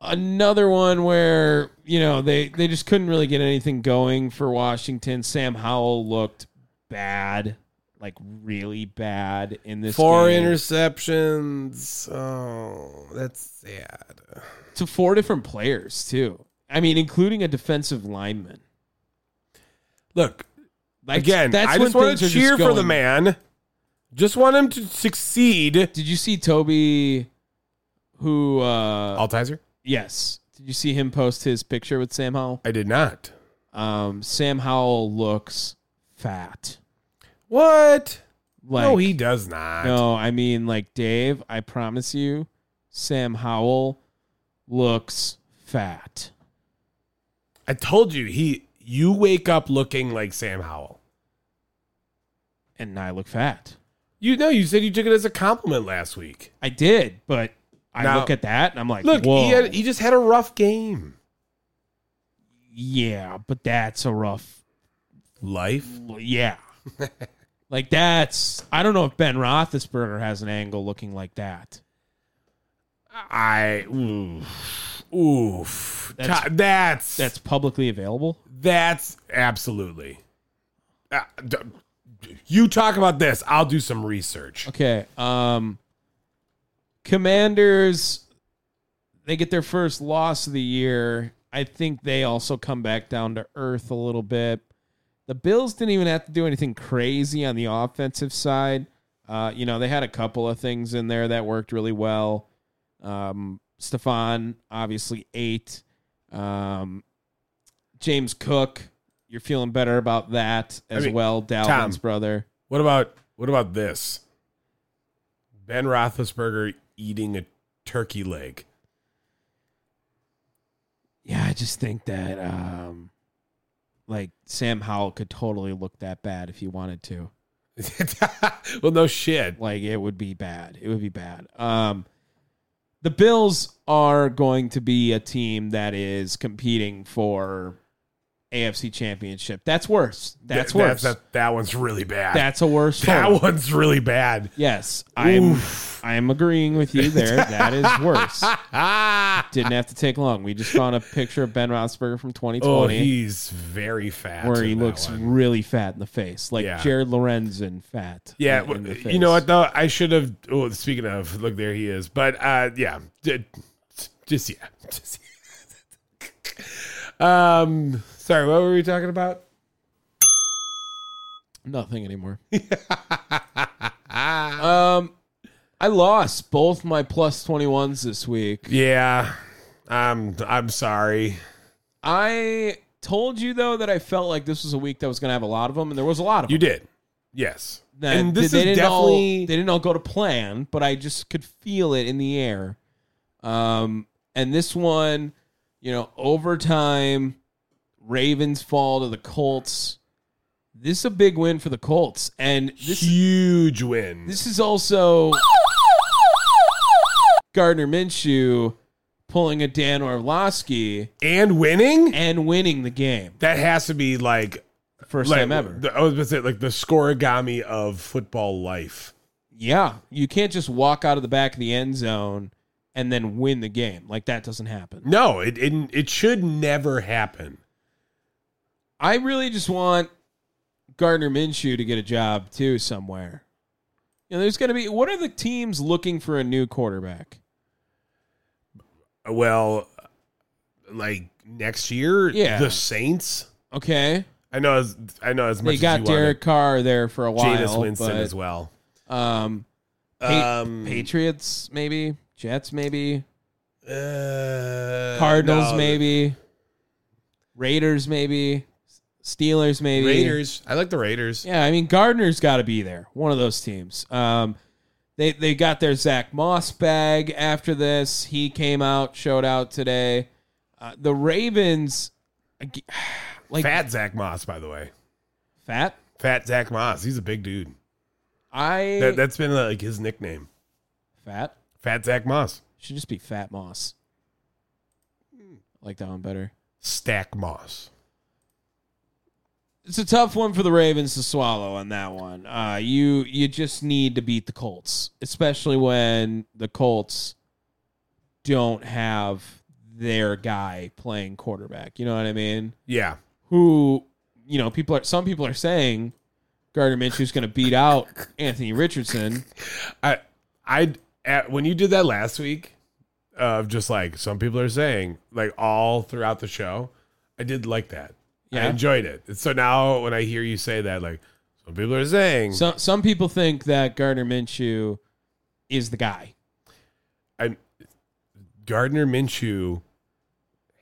Speaker 2: another one where you know they they just couldn't really get anything going for Washington. Sam Howell looked bad, like really bad in this
Speaker 3: Four
Speaker 2: game.
Speaker 3: interceptions. Oh, that's sad.
Speaker 2: to four different players too. I mean, including a defensive lineman.
Speaker 3: Look,
Speaker 2: Like
Speaker 3: again, I just
Speaker 2: when
Speaker 3: want to
Speaker 2: things are
Speaker 3: cheer for the
Speaker 2: going-
Speaker 3: man. Just want him to succeed.
Speaker 2: Did you see Toby? Who? uh
Speaker 3: Altizer?
Speaker 2: Yes. Did you see him post his picture with Sam Howell?
Speaker 3: I did not.
Speaker 2: Um, Sam Howell looks fat.
Speaker 3: What?
Speaker 2: Like,
Speaker 3: no, he does not.
Speaker 2: No, I mean, like Dave. I promise you, Sam Howell looks fat.
Speaker 3: I told you he. You wake up looking like Sam Howell.
Speaker 2: And I look fat.
Speaker 3: You know, you said you took it as a compliment last week.
Speaker 2: I did, but I
Speaker 3: Now-
Speaker 2: look at that and I'm like,
Speaker 3: Look,
Speaker 2: Whoa.
Speaker 3: he had, he just had a rough game.
Speaker 2: yeah, but that's a rough.
Speaker 3: Life.
Speaker 2: Yeah. <laughs> like that's. I don't know if Ben Roethlisberger has an angle looking like that.
Speaker 3: I oof, oof.
Speaker 2: That's-
Speaker 3: Ti- That's
Speaker 2: That's publicly available.
Speaker 3: that's absolutely. Uh, d- you talk about this. I'll do some research.
Speaker 2: Okay. Um Commanders they get their first loss of the year. I think they also come back down to earth a little bit. The Bills didn't even have to do anything crazy on the offensive side. Uh, you know, they had a couple of things in there that worked really well. Um, Stefan, obviously, eight. Um, James Cook, you're feeling better about that as
Speaker 3: mean,
Speaker 2: well. Dalvin's brother.
Speaker 3: What about what about this? Ben Roethlisberger eating a turkey leg.
Speaker 2: Yeah, I just think that um like Sam Howell could totally look that bad if he wanted to. <laughs>
Speaker 3: well, no shit.
Speaker 2: Like it would be bad. It would be bad. Um the Bills are going to be a team that is competing for AFC championship. That's worse. That's
Speaker 3: Th-
Speaker 2: worse.
Speaker 3: That, that, that one's really bad.
Speaker 2: That's a worse
Speaker 3: <laughs> that
Speaker 2: fold.
Speaker 3: one's really bad.
Speaker 2: Yes, I'm I'm agreeing with
Speaker 3: <laughs>
Speaker 2: you there. That is worse.
Speaker 3: Ah.
Speaker 2: Didn't have to take long. We just found a picture of Ben Roethlisberger from 2020.
Speaker 3: <laughs> Oh, he's very fat.
Speaker 2: where he
Speaker 3: in that
Speaker 2: looks
Speaker 3: one.
Speaker 2: really fat in the face, like
Speaker 3: Yeah.
Speaker 2: Jared Lorenzen fat.
Speaker 3: Yeah,
Speaker 2: in- in
Speaker 3: w-
Speaker 2: the
Speaker 3: you know
Speaker 2: face.
Speaker 3: what though? I should have. Oh, speaking of, look, there he is. But uh, yeah, d- just yeah, just yeah. <laughs> um, sorry, what were we talking about?
Speaker 2: Nothing anymore. <laughs> um, I lost both my plus twenty ones this week.
Speaker 3: Yeah, um, I'm sorry.
Speaker 2: I told you though that I felt like this was a week that was going to have a lot of them, and there was a lot of
Speaker 3: You
Speaker 2: them.
Speaker 3: did, yes.
Speaker 2: That-
Speaker 3: and this
Speaker 2: they
Speaker 3: is
Speaker 2: didn't all-
Speaker 3: definitely
Speaker 2: they didn't all go to plan, but I just could feel it in the air. Um, and this one, you know, overtime, Ravens fall to the Colts. This is a big win for the Colts, and this
Speaker 3: huge win.
Speaker 2: this is also Gardner Minshew pulling a Dan Orlovsky
Speaker 3: and winning.
Speaker 2: and winning the game,
Speaker 3: That has to be like
Speaker 2: first
Speaker 3: like
Speaker 2: time ever.
Speaker 3: the- I was gonna say like the scorigami of football life.
Speaker 2: Yeah, you can't just walk out of the back of the end zone and then win the game. Like that doesn't happen.
Speaker 3: No, it it, it should never happen.
Speaker 2: I really just want Gardner Minshew to get a job too somewhere. You know, there's going to be what are the teams looking for a new quarterback?
Speaker 3: well like next year
Speaker 2: Yeah.
Speaker 3: the saints
Speaker 2: Okay,
Speaker 3: i know as i know as much
Speaker 2: they got
Speaker 3: as you
Speaker 2: Derek Carr there for a while.
Speaker 3: wanted Jameis winston
Speaker 2: but,
Speaker 3: as well
Speaker 2: Um, Pa-
Speaker 3: um
Speaker 2: Patriots maybe, Jets maybe,
Speaker 3: uh,
Speaker 2: Cardinals
Speaker 3: no,
Speaker 2: maybe, Raiders maybe, Steelers maybe.
Speaker 3: raiders i like the raiders
Speaker 2: Yeah, I mean Gardner's got to be there. One of those teams. Um, they they got their Zach Moss bag after this. He came out, showed out today. Uh, the Ravens, ag- like
Speaker 3: fat zach moss by the way
Speaker 2: fat?
Speaker 3: fat zach moss he's a big dude
Speaker 2: I
Speaker 3: that, that's been like his nickname
Speaker 2: fat
Speaker 3: fat zach moss
Speaker 2: should just be Fat Moss. I like that one better.
Speaker 3: stack moss
Speaker 2: It's a tough one for the Ravens to swallow on that one. Uh, you you just need to beat the Colts, especially when the Colts don't have their guy playing quarterback. You know what I mean?
Speaker 3: yeah
Speaker 2: Who you know people are some people are saying Gardner Minshew's going to beat out Anthony Richardson.
Speaker 3: i i at, when you did that last week of just like some people are saying like all throughout the show i did like that I
Speaker 2: Yeah.
Speaker 3: enjoyed it. And So now when I hear you say that, like some people are saying,
Speaker 2: Some some people think that Gardner Minshew is the guy.
Speaker 3: I'm, Gardner Minshew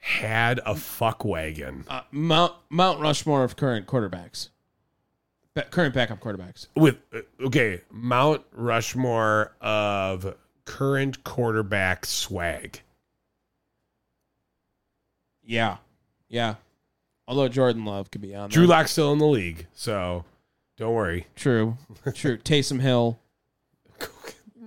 Speaker 3: had a fuck wagon
Speaker 2: Uh, Mount Mount Rushmore of current quarterbacks. Ba- Current backup quarterbacks.
Speaker 3: with uh, okay Mount Rushmore of current quarterback swag.
Speaker 2: Yeah. Yeah. Although Jordan Love could be on
Speaker 3: Drew
Speaker 2: there.
Speaker 3: Lock's still in the league, so don't worry.
Speaker 2: True. True. Taysom Hill.
Speaker 3: <laughs>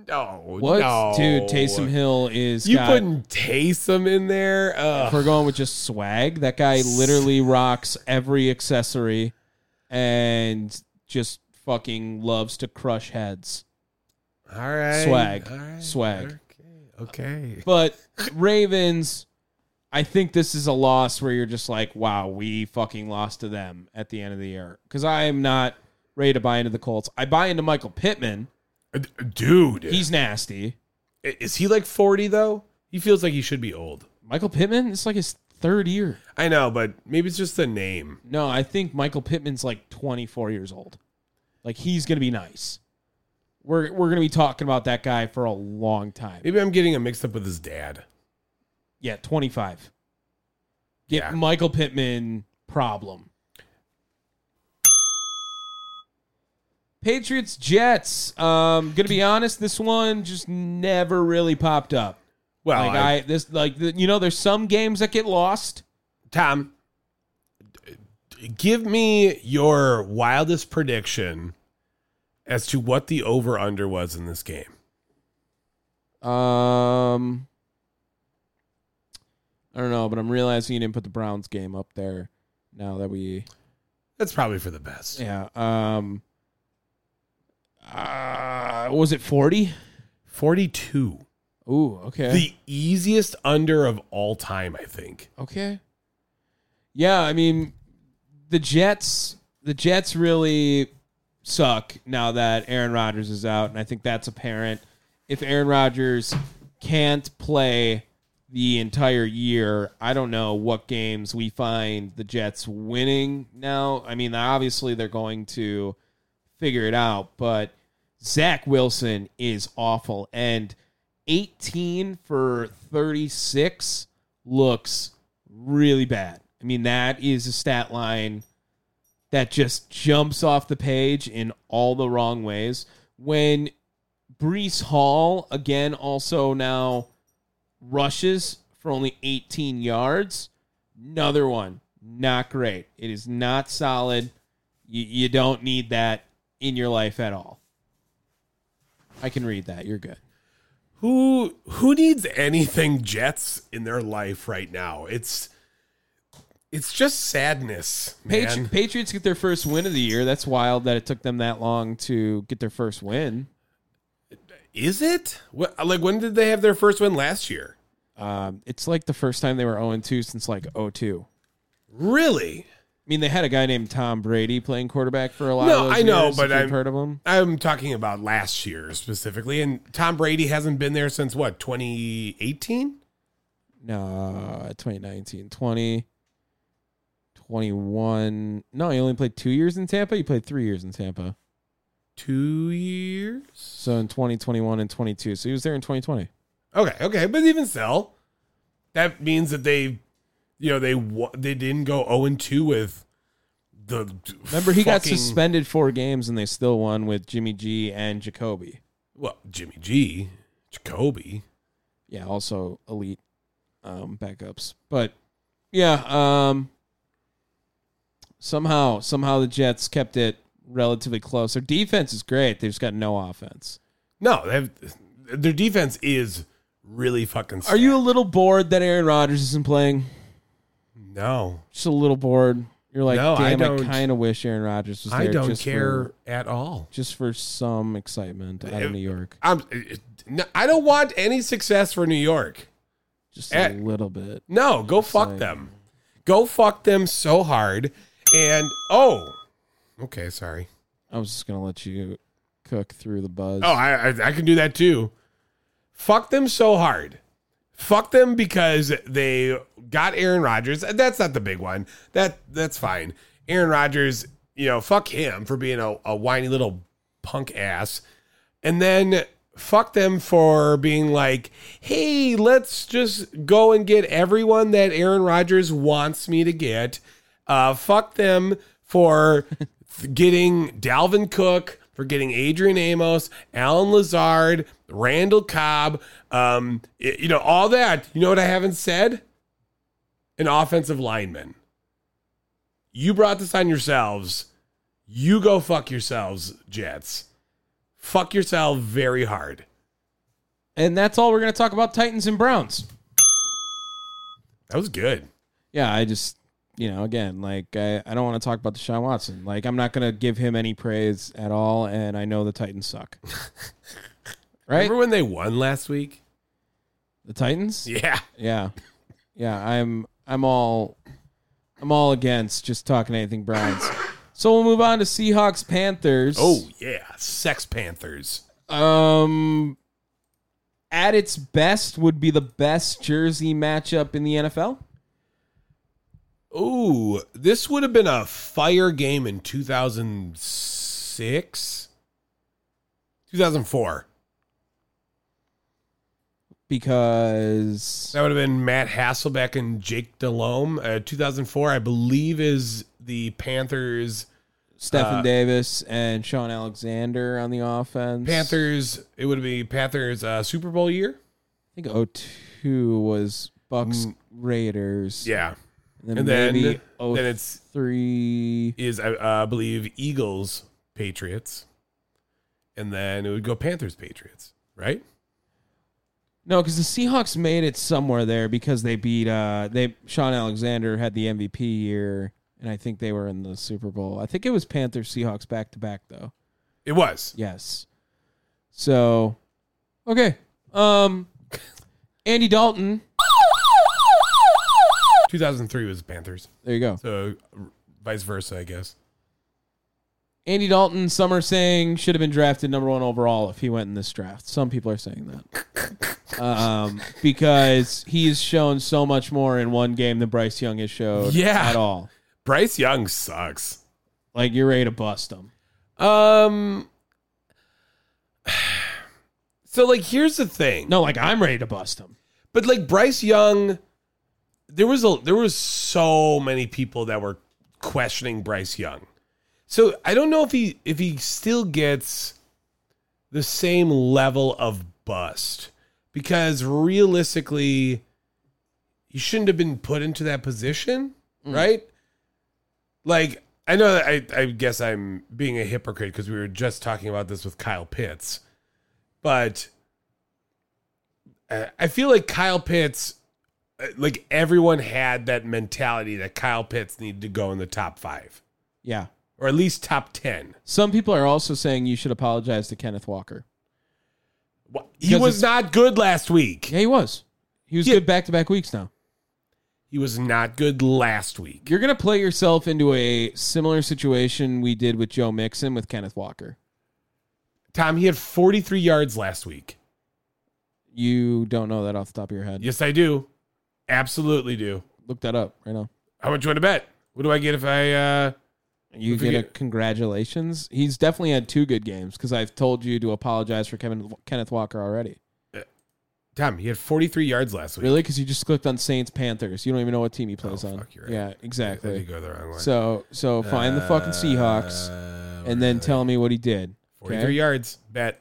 Speaker 3: No,
Speaker 2: What,
Speaker 3: no.
Speaker 2: dude? Taysom Hill is
Speaker 3: You
Speaker 2: got-
Speaker 3: putting Taysom in there?
Speaker 2: If
Speaker 3: Ugh.
Speaker 2: we're going with just swag, that guy literally rocks every accessory and just fucking loves to crush heads.
Speaker 3: All right,
Speaker 2: Swag.
Speaker 3: all right,
Speaker 2: Swag.
Speaker 3: Okay. okay.
Speaker 2: But Ravens, I think this is a loss where you're just like, wow, we fucking lost to them at the end of the year. Because I am not ready to buy into the Colts. I buy into Michael Pittman.
Speaker 3: Dude,
Speaker 2: He's nasty.
Speaker 3: is he like forty though? He feels like he should be old.
Speaker 2: Michael Pittman, it's like his third year.
Speaker 3: I know, but maybe it's just the name.
Speaker 2: No, I think Michael Pittman's like 24 years old. Like he's going to be nice. We're we're going to be talking about that guy for a long time.
Speaker 3: Maybe I'm getting a mixed up with his dad.
Speaker 2: Yeah, 25. Get
Speaker 3: Yeah.
Speaker 2: Michael Pittman problem. Patriots Jets. Um going to be honest, this one just never really popped up.
Speaker 3: Well,
Speaker 2: Like
Speaker 3: I-
Speaker 2: I this like the, you know there's some games that get lost.
Speaker 3: Tom, give me your wildest prediction as to what the over under was in this game.
Speaker 2: Um, I don't know, but I'm realizing you didn't put the Browns game up there. Now that we,
Speaker 3: That's probably for the best.
Speaker 2: yeah, um, uh, was it forty?
Speaker 3: 42.
Speaker 2: Ooh, okay,
Speaker 3: The easiest under of all time, I think.
Speaker 2: okay, yeah. I mean, the Jets, the Jets really suck now that Aaron Rodgers is out, and I think that's apparent. If Aaron Rodgers can't play the entire year. I don't know what games we find the Jets winning now. I mean, obviously they're going to figure it out, but Zach Wilson is awful. And 18 for 36 looks really bad. I mean, that is a stat line that just jumps off the page in all the wrong ways. When Brees Hall, again, also now rushes for only 18 yards. Another one. Not great. It is not solid. You, you don't need that in your life at all. I can read that. You're good.
Speaker 3: Who who needs anything Jets in their life right now? It's it's just sadness, man.
Speaker 2: Patri- Patriots get their first win of the year. That's wild that it took them that long to get their first win.
Speaker 3: Is it? What, like when did they have their first win last year?
Speaker 2: Um, it's like the first time they were 0 2 since like 02.
Speaker 3: Really?
Speaker 2: I mean, they had a guy named Tom Brady playing quarterback for a lot
Speaker 3: No,
Speaker 2: of those
Speaker 3: I know,
Speaker 2: years,
Speaker 3: but
Speaker 2: if you've
Speaker 3: I'm-
Speaker 2: heard of him.
Speaker 3: I'm talking about last year specifically, and Tom Brady hasn't been there since what 2018.
Speaker 2: No, 2019, 20, 21. No, he only played two years in Tampa. He played three years in Tampa.
Speaker 3: Two years.
Speaker 2: So in 2021 and 22. So he was there in 2020.
Speaker 3: Okay, okay, but even still, that means that they, you know, they wa- they didn't go 0 and 2 with the.
Speaker 2: Remember, he got
Speaker 3: fucking-
Speaker 2: suspended four games and they still won with Jimmy G and Jacoby.
Speaker 3: Well, Jimmy G, Jacoby.
Speaker 2: Yeah, also elite um, backups. But yeah, um, somehow, somehow the Jets kept it relatively close. Their defense is great. They just got no offense.
Speaker 3: No, they have, their defense is really fucking.
Speaker 2: Are you a little bored that Aaron Rodgers isn't playing?
Speaker 3: No,
Speaker 2: just a little bored. You're like,
Speaker 3: No, I
Speaker 2: damn, I,
Speaker 3: don't-
Speaker 2: kind of wish Aaron Rodgers was there.
Speaker 3: I don't
Speaker 2: just
Speaker 3: care
Speaker 2: For,
Speaker 3: at all.
Speaker 2: just for some excitement out of New York,
Speaker 3: I'm. no, I don't want any success for New York.
Speaker 2: just a
Speaker 3: eh.
Speaker 2: little bit.
Speaker 3: No, go fuck
Speaker 2: like-
Speaker 3: them. Go fuck them so hard. And oh, okay, sorry.
Speaker 2: I was just gonna let you cook through the buzz.
Speaker 3: Oh, I, I I can do that too. Fuck them so hard. Fuck them because they got Aaron Rodgers. That's not the big one. That that's fine. Aaron Rodgers, you know, fuck him for being a, a whiny little punk ass. And then fuck them for being like, hey, let's just go and get everyone that Aaron Rodgers wants me to get. Uh, fuck them for <laughs> getting Dalvin Cook, for getting Adrian Amos, Alan Lazard, Randall Cobb, um, y- you know, all that. You know what I haven't said? An offensive lineman. You brought this on yourselves. You go fuck yourselves, Jets. Fuck yourself very hard.
Speaker 2: And that's all we're going to talk about Titans and Browns.
Speaker 3: That was good.
Speaker 2: Yeah, I just, you know, again, like, I, I don't want to talk about Deshaun Watson. Like, I'm not going to give him any praise at all. And I know the
Speaker 3: <laughs>
Speaker 2: Titans suck. right?
Speaker 3: Remember when they won last week?
Speaker 2: The Titans?
Speaker 3: Yeah.
Speaker 2: Yeah. Yeah, I'm I'm all I'm all against just talking anything Browns. so we'll move on to Seahawks Panthers.
Speaker 3: Oh yeah, Sex Panthers.
Speaker 2: Um at its best would be the best jersey matchup in the NFL.
Speaker 3: Ooh, this would have been a fire game in 2006. 2004.
Speaker 2: Because
Speaker 3: That would have been Matt Hasselbeck and Jake Delhomme. Uh, 2004, I believe, is the Panthers. Uh,
Speaker 2: Stephen Davis and Sean Alexander on the offense.
Speaker 3: Panthers. It would be Panthers uh, Super Bowl year.
Speaker 2: I think 02 was Bucks Raiders.
Speaker 3: Mm. Yeah,
Speaker 2: And then,
Speaker 3: and then
Speaker 2: maybe
Speaker 3: then it's
Speaker 2: 03
Speaker 3: is I uh, believe Eagles Patriots, and then it would go Panthers Patriots. Right?
Speaker 2: No, because the Seahawks made it somewhere there because they beat uh they Sean Alexander had the MVP year and I think they were in the Super Bowl. I think it was Panthers Seahawks back to back though.
Speaker 3: It was.
Speaker 2: Yes. So okay. Um Andy Dalton.
Speaker 3: 2003 was Panthers.
Speaker 2: There you go.
Speaker 3: So r- vice versa, I guess.
Speaker 2: Andy Dalton, some are saying should have been drafted number one overall if he went in this draft. Some people are saying that. Um, because he has shown so much more in one game than Bryce Young has showed
Speaker 3: Yeah.
Speaker 2: at all.
Speaker 3: Bryce Young sucks.
Speaker 2: Like you're ready to bust him.
Speaker 3: Um. <sighs> So like, here's the thing.
Speaker 2: No, like I'm ready to bust him.
Speaker 3: but like Bryce Young, there was a there was so many people that were questioning Bryce Young. So I don't know if he if he still gets the same level of bust because realistically, he shouldn't have been put into that position, right? Like I know that I, I guess I'm being a hypocrite because we were just talking about this with Kyle Pitts, but uh, I feel like Kyle Pitts, uh, like everyone had that mentality that Kyle Pitts needed to go in the top five
Speaker 2: Yeah.
Speaker 3: or at least top ten.
Speaker 2: Some people are also saying you should apologize to Kenneth Walker.
Speaker 3: Wha- He
Speaker 2: Because
Speaker 3: was
Speaker 2: it's-
Speaker 3: not good last week.
Speaker 2: Yeah, he was. He was
Speaker 3: Yeah.
Speaker 2: good back to back weeks now.
Speaker 3: He was not good last week.
Speaker 2: You're going to play yourself into a similar situation we did with Joe Mixon with Kenneth Walker.
Speaker 3: Tom, he had 43 yards last week.
Speaker 2: You don't know that off the top of your head.
Speaker 3: Yes, I do. Absolutely do.
Speaker 2: Look that up right now.
Speaker 3: How much you want to bet? What do I get if I uh
Speaker 2: You
Speaker 3: If we
Speaker 2: get a
Speaker 3: get-
Speaker 2: congratulations. He's definitely had two good games because I've told you to apologize for Kevin Kenneth Walker already.
Speaker 3: Tom, he had 43 yards last week.
Speaker 2: Really? Because you just clicked on Saints Panthers. You don't even know what team he plays on.
Speaker 3: Oh, fuck, you're right.
Speaker 2: Yeah,
Speaker 3: I did
Speaker 2: exactly.
Speaker 3: go the wrong way.
Speaker 2: So so find the fucking Seahawks.
Speaker 3: Uh,
Speaker 2: and then tell me what he did.
Speaker 3: 43
Speaker 2: okay?
Speaker 3: yards. Bet.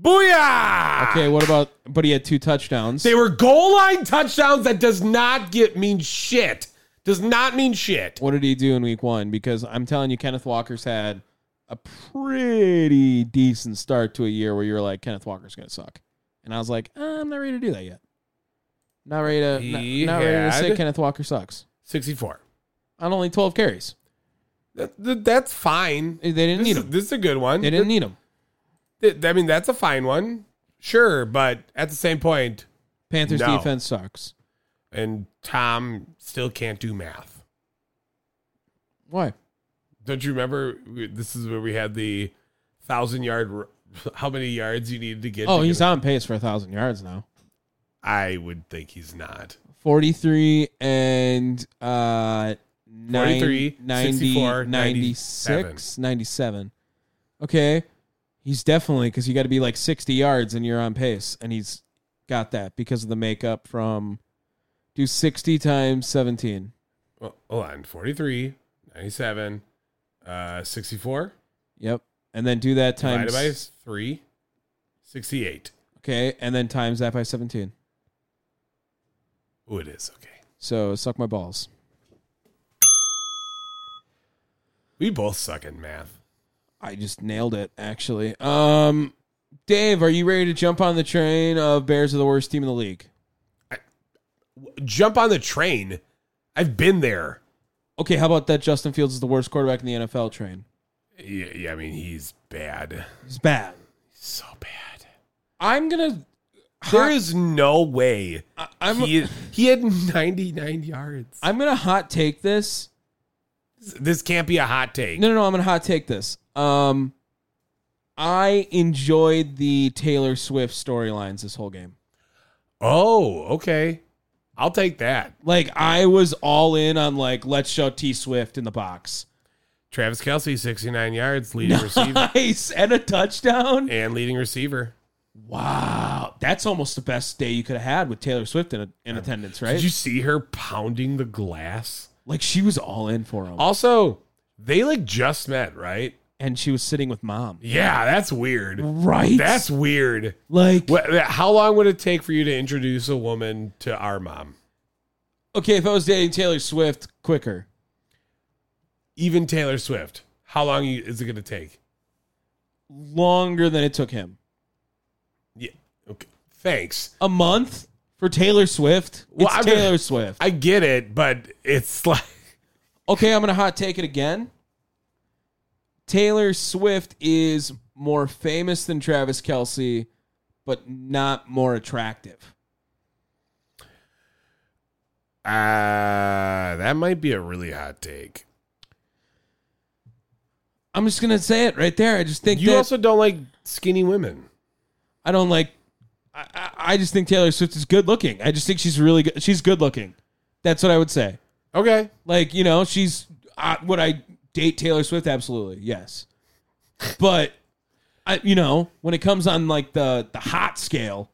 Speaker 3: Booyah!
Speaker 2: Okay, what about? But he had two touchdowns.
Speaker 3: They were goal line touchdowns. That does not get mean shit. Does not mean shit.
Speaker 2: what did he do in week one? Because I'm telling you, Kenneth Walker's had a pretty decent start to a year where you're like, Kenneth Walker's going to suck, and I was like, uh, I'm not ready to do that yet. Not ready to.
Speaker 3: He
Speaker 2: Not, not ready to say
Speaker 3: had-
Speaker 2: Kenneth Walker sucks.
Speaker 3: Sixty-four.
Speaker 2: On only 12 carries,
Speaker 3: That, that- that's fine.
Speaker 2: they didn't
Speaker 3: This
Speaker 2: need
Speaker 3: is,
Speaker 2: him.
Speaker 3: this is a good one.
Speaker 2: They didn't need him.
Speaker 3: Th- I mean, that's a fine one. Sure, but at the same point,
Speaker 2: Panthers
Speaker 3: No.
Speaker 2: defense sucks.
Speaker 3: and Tom still can't do math.
Speaker 2: Why?
Speaker 3: Don't you remember? we- This is where we had the thousand-yard. r- <laughs> How many yards you needed to get?
Speaker 2: Oh,
Speaker 3: to
Speaker 2: he's
Speaker 3: get,
Speaker 2: on pace for a thousand yards now.
Speaker 3: I would think he's not.
Speaker 2: 43 and uh 43
Speaker 3: 43, 64,
Speaker 2: 96 97 okay he's definitely because you got to be like 60 yards and you're on pace and he's got that because of the makeup from do 60 times 17
Speaker 3: Well, hold on. 43, 97, uh, 64.
Speaker 2: yep and then do that
Speaker 3: divided
Speaker 2: times
Speaker 3: by three, 68.
Speaker 2: okay and then times that by 17
Speaker 3: Oh, it is. Okay.
Speaker 2: so suck my balls
Speaker 3: We both suck at math.
Speaker 2: I just nailed it actually. Um Dave, are you ready to jump on the train of Bears are the worst team in the league?
Speaker 3: Jump on the train. I've been there.
Speaker 2: Okay, how about that? Justin Fields is the worst quarterback in the NFL. Train.
Speaker 3: Yeah, yeah I mean, he's bad.
Speaker 2: It's bad.
Speaker 3: So bad.
Speaker 2: I'm gonna.
Speaker 3: There is no way.
Speaker 2: I- I'm.
Speaker 3: He, he had 99 yards.
Speaker 2: I'm gonna hot take this.
Speaker 3: This can't be a hot take.
Speaker 2: No, no, no. I'm gonna hot take this. Um, I enjoyed the Taylor Swift storylines this whole game.
Speaker 3: Oh, okay. I'll take that.
Speaker 2: Like I was all in on like let's show T Swift in the box.
Speaker 3: Travis Kelsey, 69 yards, leading <laughs> receiver
Speaker 2: <laughs> Nice and a touchdown.
Speaker 3: and leading receiver.
Speaker 2: Wow, that's almost the best day you could have had with Taylor Swift in, in attendance, right?
Speaker 3: Did you see her pounding the glass?
Speaker 2: like she was all in for him,
Speaker 3: Also, they like just met, right?
Speaker 2: and she was sitting with mom.
Speaker 3: Yeah, that's weird.
Speaker 2: Right?
Speaker 3: That's weird.
Speaker 2: like
Speaker 3: What, how long would it take for you to introduce a woman to our mom?
Speaker 2: okay. If I was dating Taylor Swift, quicker.
Speaker 3: Even Taylor Swift. How long you- is it going to take?
Speaker 2: longer than it took him.
Speaker 3: Yeah. Okay. Thanks.
Speaker 2: A month for Taylor Swift.
Speaker 3: Well,
Speaker 2: it's
Speaker 3: I mean-
Speaker 2: Taylor Swift.
Speaker 3: I get it, but it's <laughs> like
Speaker 2: okay, I'm gonna hot take it again. Taylor Swift is more famous than Travis Kelsey, but not more attractive.
Speaker 3: uh that might be a really hot take.
Speaker 2: I'm just gonna say it right there. I just think
Speaker 3: You
Speaker 2: that
Speaker 3: also don't like skinny women.
Speaker 2: I don't like. I, I I just think Taylor Swift is good looking. I just think she's really good. She's good looking. That's what I would say.
Speaker 3: Okay.
Speaker 2: Like, you know, she's uh, would I date Taylor Swift? Absolutely, yes. But I, you know, when it comes on like the the hot scale,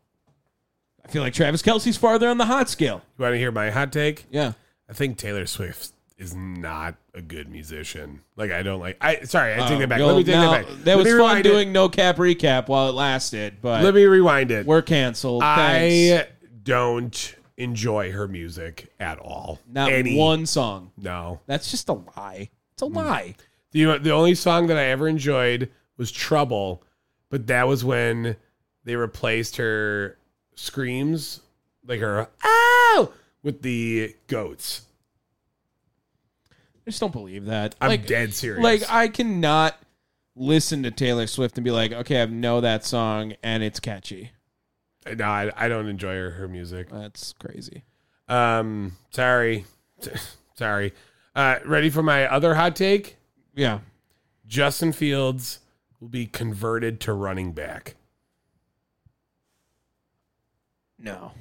Speaker 2: I feel like Travis Kelsey's farther on the hot scale.
Speaker 3: You want to hear my hot take?
Speaker 2: Yeah.
Speaker 3: I think Taylor Swift is not a good musician. Like I don't like. I sorry, I take that back.
Speaker 2: Yo,
Speaker 3: Let me take
Speaker 2: now-
Speaker 3: that back.
Speaker 2: That
Speaker 3: Let
Speaker 2: was
Speaker 3: me
Speaker 2: fun
Speaker 3: rewind it.
Speaker 2: doing no cap recap while it lasted, but
Speaker 3: Let me rewind it.
Speaker 2: we're canceled. Thanks.
Speaker 3: I don't enjoy her music at all.
Speaker 2: Not
Speaker 3: Any. Mm.
Speaker 2: one song.
Speaker 3: No.
Speaker 2: That's just a lie. It's a lie.
Speaker 3: The the only song that I ever enjoyed was Trouble, but that was when they replaced her screams, like her "ow" with the goats.
Speaker 2: I just don't believe that.
Speaker 3: I'm
Speaker 2: Like,
Speaker 3: dead serious.
Speaker 2: Like I cannot listen to Taylor Swift and be like, okay, I know that song and it's catchy.
Speaker 3: no, I, I don't enjoy her, her music.
Speaker 2: That's crazy.
Speaker 3: Um, sorry, <laughs> sorry. Uh, ready for my other hot take?
Speaker 2: Yeah.
Speaker 3: Justin Fields will be converted to running back.
Speaker 2: No.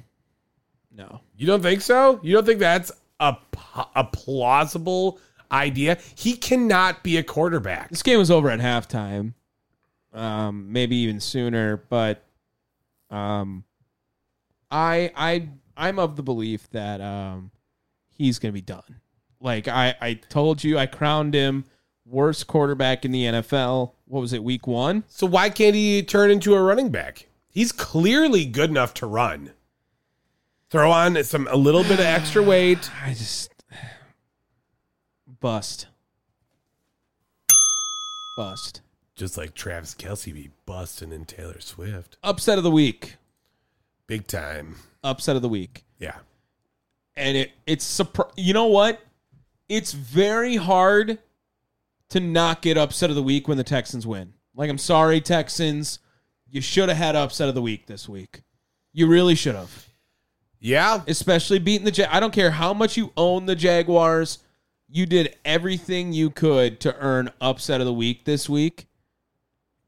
Speaker 2: No.
Speaker 3: You don't think so? You don't think that's a p- a plausible idea? He cannot be a quarterback.
Speaker 2: This game was over at halftime. Um, maybe even sooner, but um I I I'm of the belief that um he's gonna be done. Like I, I told you I crowned him worst quarterback in the NFL. What was it, week one?
Speaker 3: So why can't he turn into a running back? He's clearly good enough to run. Throw on some a little bit of extra weight.
Speaker 2: I just bust, bust.
Speaker 3: Just like Travis Kelsey be busting in Taylor Swift.
Speaker 2: Upset of the week.
Speaker 3: Big time.
Speaker 2: Upset of the week.
Speaker 3: Yeah.
Speaker 2: And it it's surpri- You know what? It's very hard to not get upset of the week when the Texans win. Like I'm sorry, Texans. You should have had upset of the week this week. You really should have.
Speaker 3: Yeah.
Speaker 2: especially beating the. Ja- I don't care how much you own the Jaguars. You did everything you could to earn upset of the week this week,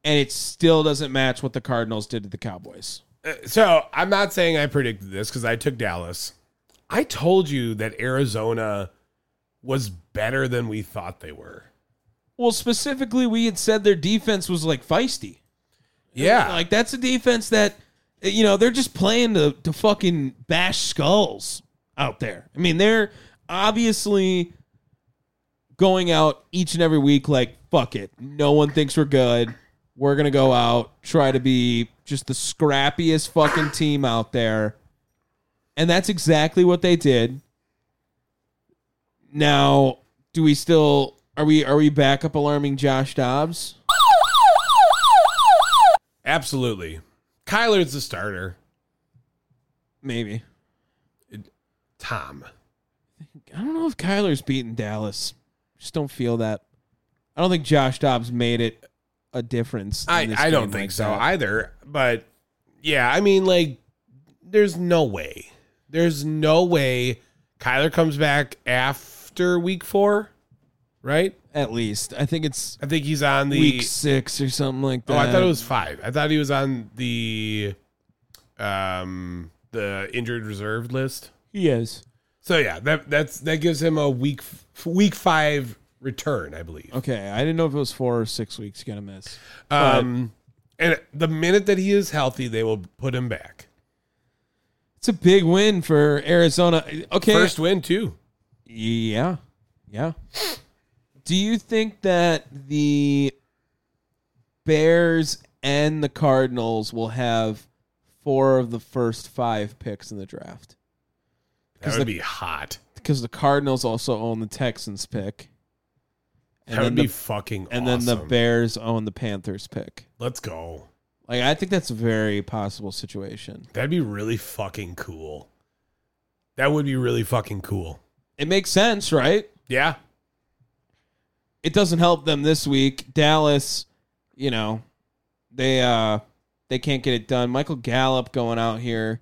Speaker 2: and it still doesn't match what the Cardinals did to the Cowboys.
Speaker 3: So I'm not saying I predicted this because I took Dallas. I told you that Arizona was better than we thought they were.
Speaker 2: Well, specifically, we had said their defense was like feisty.
Speaker 3: Yeah.
Speaker 2: Like that's a defense that you know they're just playing to to fucking bash skulls out there. I mean, they're obviously going out each and every week like fuck it. No one thinks we're good. We're going to go out try to be just the scrappiest fucking team out there. And that's exactly what they did. Now, do we still are we are we back up alarming Josh Dobbs?
Speaker 3: Absolutely. Kyler's the starter.
Speaker 2: Maybe.
Speaker 3: Tom.
Speaker 2: I don't know if Kyler's beating Dallas. Just don't feel that. I don't think Josh Dobbs made it a difference. in
Speaker 3: I,
Speaker 2: this
Speaker 3: I don't
Speaker 2: game
Speaker 3: think
Speaker 2: like
Speaker 3: so
Speaker 2: that.
Speaker 3: either. But yeah, I mean, like, there's no way. There's no way Kyler comes back after week four, right?
Speaker 2: At least I think it's
Speaker 3: I think he's on the.
Speaker 2: week six or something like
Speaker 3: oh,
Speaker 2: that.
Speaker 3: I thought it was five. I thought he was on the um the injured reserve list.
Speaker 2: He is
Speaker 3: So yeah, that that's that gives him a week f- week five return, I believe.
Speaker 2: okay. I didn't know if it was four or six weeks. Gonna miss.
Speaker 3: Um, and the minute that he is healthy, they will put him back.
Speaker 2: It's a big win for Arizona. Okay.
Speaker 3: First win too.
Speaker 2: Yeah. Yeah. Do you think that the Bears and the Cardinals will have four of the first five picks in the draft?
Speaker 3: That
Speaker 2: 'Cause
Speaker 3: would
Speaker 2: the-
Speaker 3: be hot.
Speaker 2: Because the Cardinals also own the Texans pick. And
Speaker 3: that
Speaker 2: then
Speaker 3: would be
Speaker 2: the,
Speaker 3: fucking
Speaker 2: and
Speaker 3: awesome.
Speaker 2: then the Bears own the Panthers pick.
Speaker 3: Let's go.
Speaker 2: Like I think that's a very possible situation.
Speaker 3: That'd be really fucking cool. That would be really fucking cool.
Speaker 2: It makes sense, right?
Speaker 3: Yeah.
Speaker 2: it doesn't help them this week. Dallas, you know, they uh they can't get it done. Michael Gallup going out here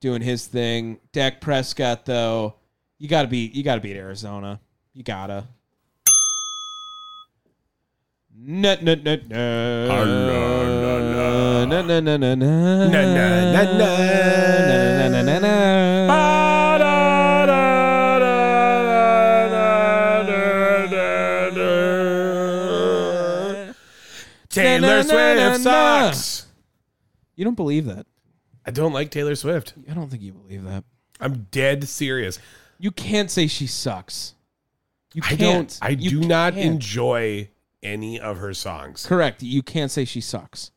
Speaker 2: doing his thing. Dak Prescott though, you got to beat you got to beat Arizona. You got to Nut nut Ah, nut Uh, nut nut nut nut
Speaker 3: nut,
Speaker 2: nut nut
Speaker 3: nut.
Speaker 2: nut nut nut nut
Speaker 3: Taylor Swift
Speaker 2: Na-na-na-na-na.
Speaker 3: sucks.
Speaker 2: You don't believe that.
Speaker 3: I don't like Taylor Swift.
Speaker 2: I don't think you believe that.
Speaker 3: I'm dead serious.
Speaker 2: You can't say she sucks. You
Speaker 3: I
Speaker 2: can't.
Speaker 3: don't. I
Speaker 2: You
Speaker 3: do not
Speaker 2: can't.
Speaker 3: enjoy any of her songs.
Speaker 2: Correct. You can't say she sucks.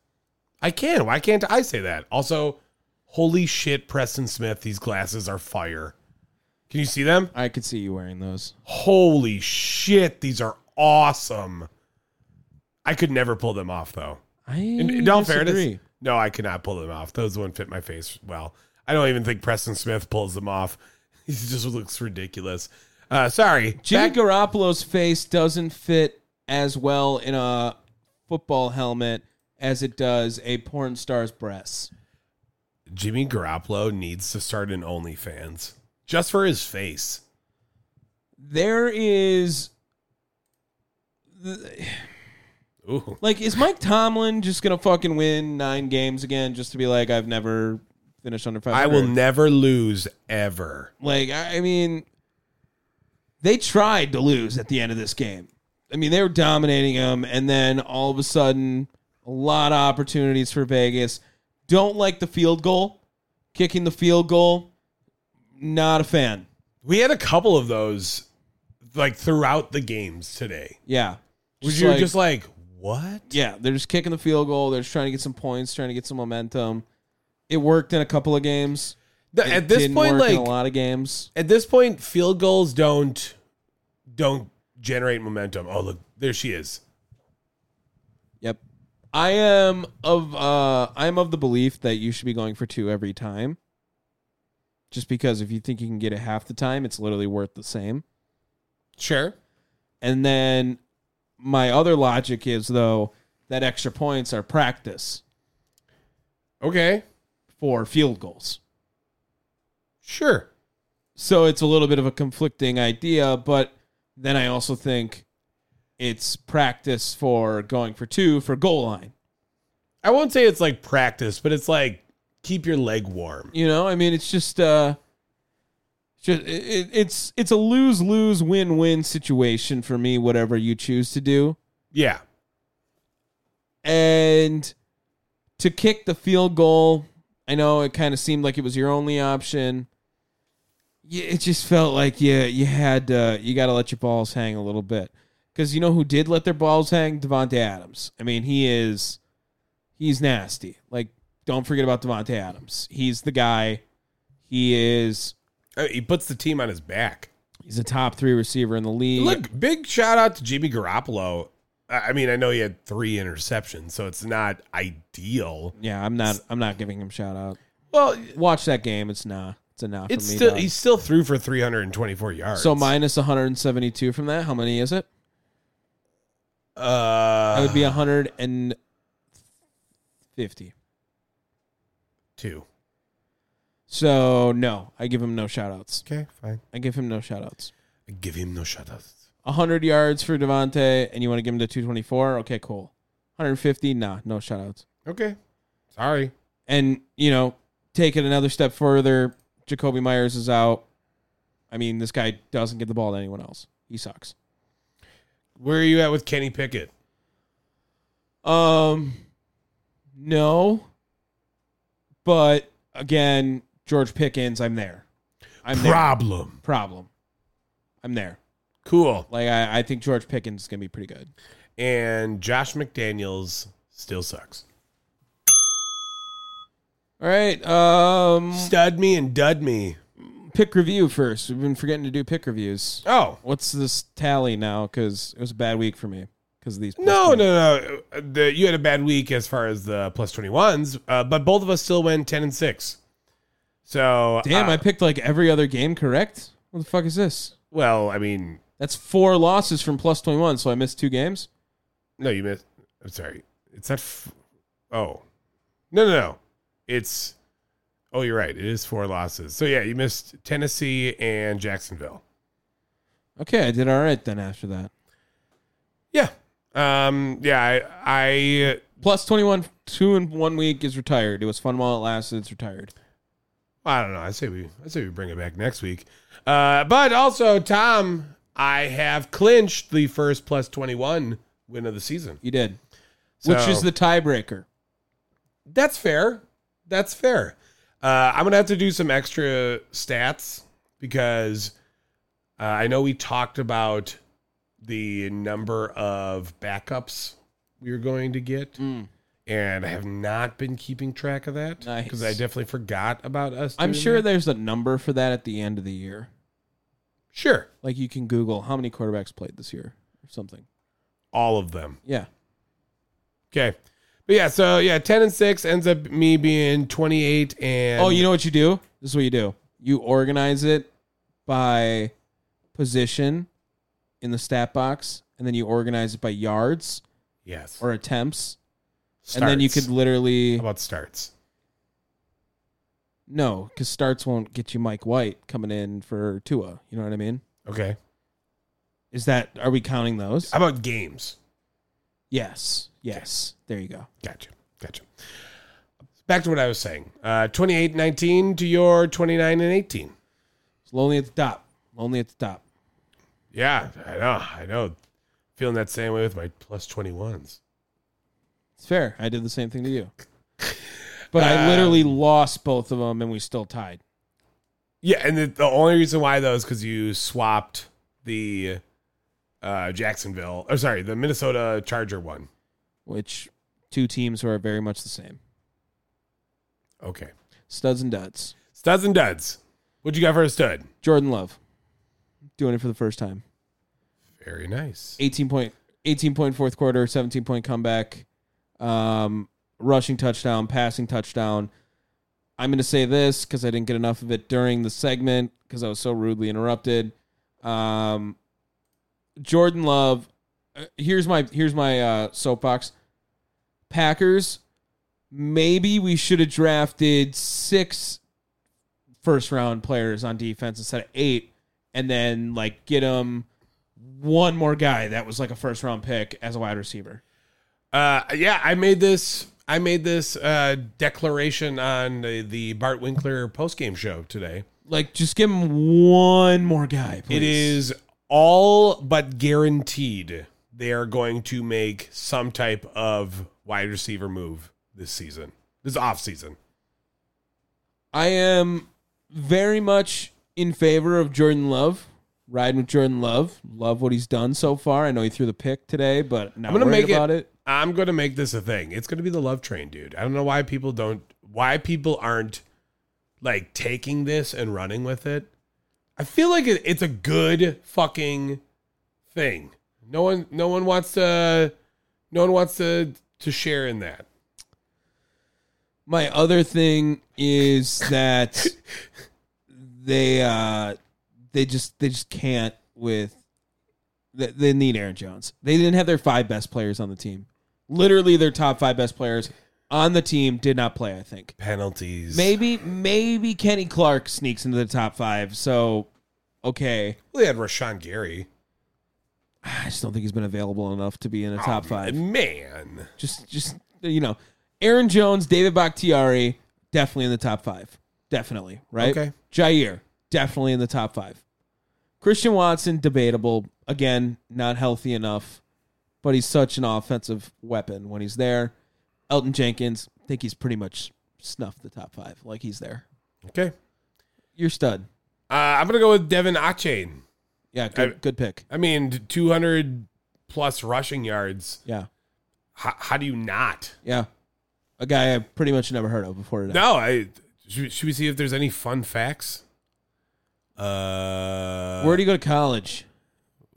Speaker 3: I can. Why can't I say that? Also, holy shit, Preston Smith, these glasses are fire. Can you see them?
Speaker 2: I could see you wearing those.
Speaker 3: Holy shit, these are awesome. I could never pull them off though.
Speaker 2: I
Speaker 3: In, in all fairness,
Speaker 2: Mm, disagree.
Speaker 3: no, I could not pull them off. Those wouldn't fit my face well. I don't even think Preston Smith pulls them off. <laughs> He just looks ridiculous. Uh, sorry.
Speaker 2: Jimmy
Speaker 3: Back-
Speaker 2: Garoppolo's face doesn't fit as well in a football helmet as it does a porn star's breasts.
Speaker 3: Jimmy Garoppolo needs to start an OnlyFans just for his face.
Speaker 2: There is
Speaker 3: Ooh.
Speaker 2: like, is Mike Tomlin just gonna fucking win nine games again just to be like, I've never finished under five?
Speaker 3: I will never lose ever.
Speaker 2: Like, I I mean, they tried to lose at the end of this game. I mean, they were dominating them, and then all of a sudden, a lot of opportunities for Vegas. Don't like the field goal, kicking the field goal. Not a fan.
Speaker 3: We had a couple of those like throughout the games today.
Speaker 2: Yeah.
Speaker 3: Was
Speaker 2: Just
Speaker 3: you
Speaker 2: like-
Speaker 3: just like, what?
Speaker 2: yeah, they're just kicking the field goal. They're just trying to get some points, trying to get some momentum. It worked in a couple of games.
Speaker 3: Th-
Speaker 2: It
Speaker 3: at this
Speaker 2: didn't
Speaker 3: point,
Speaker 2: work in
Speaker 3: like
Speaker 2: a lot of games.
Speaker 3: at this point, field goals don't don't generate momentum. Oh look, there she is.
Speaker 2: Yep. I am of uh I am of the belief that you should be going for two every time. Just because if you think you can get it half the time, it's literally worth the same.
Speaker 3: Sure.
Speaker 2: And then my other logic is though that extra points are practice
Speaker 3: Okay.
Speaker 2: for field goals.
Speaker 3: Sure.
Speaker 2: So it's a little bit of a conflicting idea, but then I also think it's practice for going for two for goal line.
Speaker 3: I won't say it's like practice, but it's like keep your leg warm.
Speaker 2: You know, I mean, it's just uh, just it, it's it's a lose lose win win situation for me. Whatever you choose to do,
Speaker 3: Yeah.
Speaker 2: and to kick the field goal, I know it kind of seemed like it was your only option. Yeah, it just felt like yeah, you had uh, you got to let your balls hang a little bit because you know who did let their balls hang? Devonte Adams. I mean, he is he's nasty. Like, don't forget about Devonte Adams. He's the guy. He is
Speaker 3: I mean, Uh, he puts the team on his back.
Speaker 2: He's a top three receiver in the league.
Speaker 3: Look, big shout out to Jimmy Garoppolo. I I mean, I know he had three interceptions, so it's not ideal.
Speaker 2: Yeah, I'm not. I'm not giving him shout out.
Speaker 3: Well,
Speaker 2: Watch that game. It's nah. It's enough.
Speaker 3: it's
Speaker 2: for me,
Speaker 3: still
Speaker 2: dog.
Speaker 3: he still threw for 324 yards.
Speaker 2: so minus 172 from that. How many is it?
Speaker 3: uh,
Speaker 2: That would be 150.
Speaker 3: two.
Speaker 2: So no, I give him no shout outs.
Speaker 3: Okay, fine.
Speaker 2: I give him no shout outs.
Speaker 3: I give him no shutouts.
Speaker 2: 100 yards for Devontae, and you want to give him to 224? Okay, cool. 150? Nah, no shout outs.
Speaker 3: Okay, sorry.
Speaker 2: And, you know, take it another step further. Jacoby Myers is out. I mean, this guy doesn't get the ball to anyone else. He sucks.
Speaker 3: Where are you at with Kenny Pickett?
Speaker 2: Um, no. But again, George Pickens, I'm there. I'm there.
Speaker 3: Problem.
Speaker 2: Problem. I'm there.
Speaker 3: Cool.
Speaker 2: Like I, I think George Pickens is gonna be pretty good.
Speaker 3: And Josh McDaniels still sucks.
Speaker 2: All right. Um,
Speaker 3: Stud me and dud me.
Speaker 2: pick review first. We've been forgetting to do pick reviews.
Speaker 3: Oh
Speaker 2: What's this tally now? Because it was a bad week for me. Because of these. plus
Speaker 3: no, no,
Speaker 2: points.
Speaker 3: no. The, you had a bad week as far as the plus twenty ones, uh, but both of us still went ten and six. So
Speaker 2: Damn,
Speaker 3: uh,
Speaker 2: I picked like every other game correct. What the fuck is this?
Speaker 3: well, I mean,
Speaker 2: That's four losses from plus twenty one. So I missed two games.
Speaker 3: No, you missed. I'm sorry. It's not. F- oh, no, no, no. It's. Oh, you're right. It is four losses. So yeah, you missed Tennessee and Jacksonville.
Speaker 2: Okay, I did all right then. After that,
Speaker 3: Yeah. Um. Yeah. I. I
Speaker 2: plus twenty one, two in one week is retired. It was fun while it lasted. It's retired.
Speaker 3: I don't know. I say we. I say we bring it back next week. Uh. But also, Tom, I have clinched the first plus twenty one win of the season.
Speaker 2: You did, which
Speaker 3: So-
Speaker 2: is the tiebreaker.
Speaker 3: That's fair. That's fair. Uh, I'm gonna have to do some extra stats because uh, I know we talked about the number of backups we were going to get,
Speaker 2: Mm.
Speaker 3: and I have not been keeping track of that
Speaker 2: Nice.
Speaker 3: because I definitely forgot about us.
Speaker 2: I'm
Speaker 3: doing
Speaker 2: sure
Speaker 3: that.
Speaker 2: there's a number for that at the end of the year.
Speaker 3: sure
Speaker 2: Like you can Google how many quarterbacks played this year or something.
Speaker 3: all of them.
Speaker 2: Yeah.
Speaker 3: Okay, but yeah, so yeah, ten and six ends up me being 28 and
Speaker 2: Oh, you know what you do? This is what you do. You organize it by position in the stat box, and then you organize it by yards
Speaker 3: yes,
Speaker 2: or attempts, and then you could
Speaker 3: starts.
Speaker 2: literally
Speaker 3: How about starts.
Speaker 2: no, because starts won't get you Mike White coming in for Tua. You know what I mean?
Speaker 3: Okay,
Speaker 2: Is that are we counting those?
Speaker 3: how about games?
Speaker 2: yes. Yes. There you go.
Speaker 3: Gotcha. Gotcha. Back to what I was saying. Uh, 28 19 to your 29 and 18.
Speaker 2: It's lonely at the top. Lonely at the top.
Speaker 3: Yeah, I know. I know. Feeling that same way with my plus 21s.
Speaker 2: It's fair. I did the same thing to you. But I literally lost both of them and we still tied.
Speaker 3: Yeah, and the, the only reason why, though, is because you swapped the uh, Jacksonville, or sorry, the Minnesota Charger one.
Speaker 2: which two teams who are very much the same.
Speaker 3: Okay.
Speaker 2: Studs and duds.
Speaker 3: Studs and duds. What you got for a stud?
Speaker 2: Jordan Love doing it for the first time.
Speaker 3: Very nice.
Speaker 2: 18 point 18 point fourth quarter, 17 point comeback. Um rushing touchdown, passing touchdown. I'm going to say this cuz I didn't get enough of it during the segment cuz I was so rudely interrupted. Um Jordan Love uh, here's my here's my uh soapbox. Packers maybe we should have drafted six first round players on defense instead of eight and then like get them one more guy that was like a first round pick as a wide receiver.
Speaker 3: Uh, yeah, I made this. I made this uh, declaration on the, the Bart Winkler postgame show today.
Speaker 2: Like just give him one more guy, please.
Speaker 3: It is all but guaranteed they are going to make some type of wide receiver move this season, this off season.
Speaker 2: I am very much in favor of Jordan Love. Riding with Jordan Love. Love what he's done so far. I know he threw the pick today, but not
Speaker 3: I'm gonna
Speaker 2: worried
Speaker 3: make
Speaker 2: about it.
Speaker 3: I'm gonna make this a thing. It's gonna be the love train, dude. I don't know why people don't, why people aren't like taking this and running with it. I feel like it, it's a good fucking thing. No one, no one wants to No one wants to to share in that.
Speaker 2: My other thing is that they uh they just they just can't with they, they need Aaron Jones. They didn't have their five best players on the team. Literally their top five best players on the team did not play, I think.
Speaker 3: Penalties.
Speaker 2: Maybe maybe Kenny Clark sneaks into the top 5. So okay.
Speaker 3: Well, they had Rashawn Gary.
Speaker 2: I just don't think he's been available enough to be in a top five.
Speaker 3: Man.
Speaker 2: Just, just you know, Aaron Jones, David Bakhtiari, definitely in the top five. Definitely, right?
Speaker 3: Okay.
Speaker 2: Jair, definitely in the top five. Christian Watson, debatable. Again, not healthy enough, but he's such an offensive weapon when he's there. Elton Jenkins, I think he's pretty much snuffed the top five. Like he's there.
Speaker 3: Okay.
Speaker 2: You're stud.
Speaker 3: Uh, I'm gonna go with Devin Achain.
Speaker 2: Yeah, good,
Speaker 3: I-
Speaker 2: good pick.
Speaker 3: I mean, 200 plus rushing yards.
Speaker 2: Yeah,
Speaker 3: How, how do you not?
Speaker 2: yeah. A guy I pretty much never heard of before today.
Speaker 3: No, I should, should we see if there's any fun facts? Uh,
Speaker 2: Where do you go to college?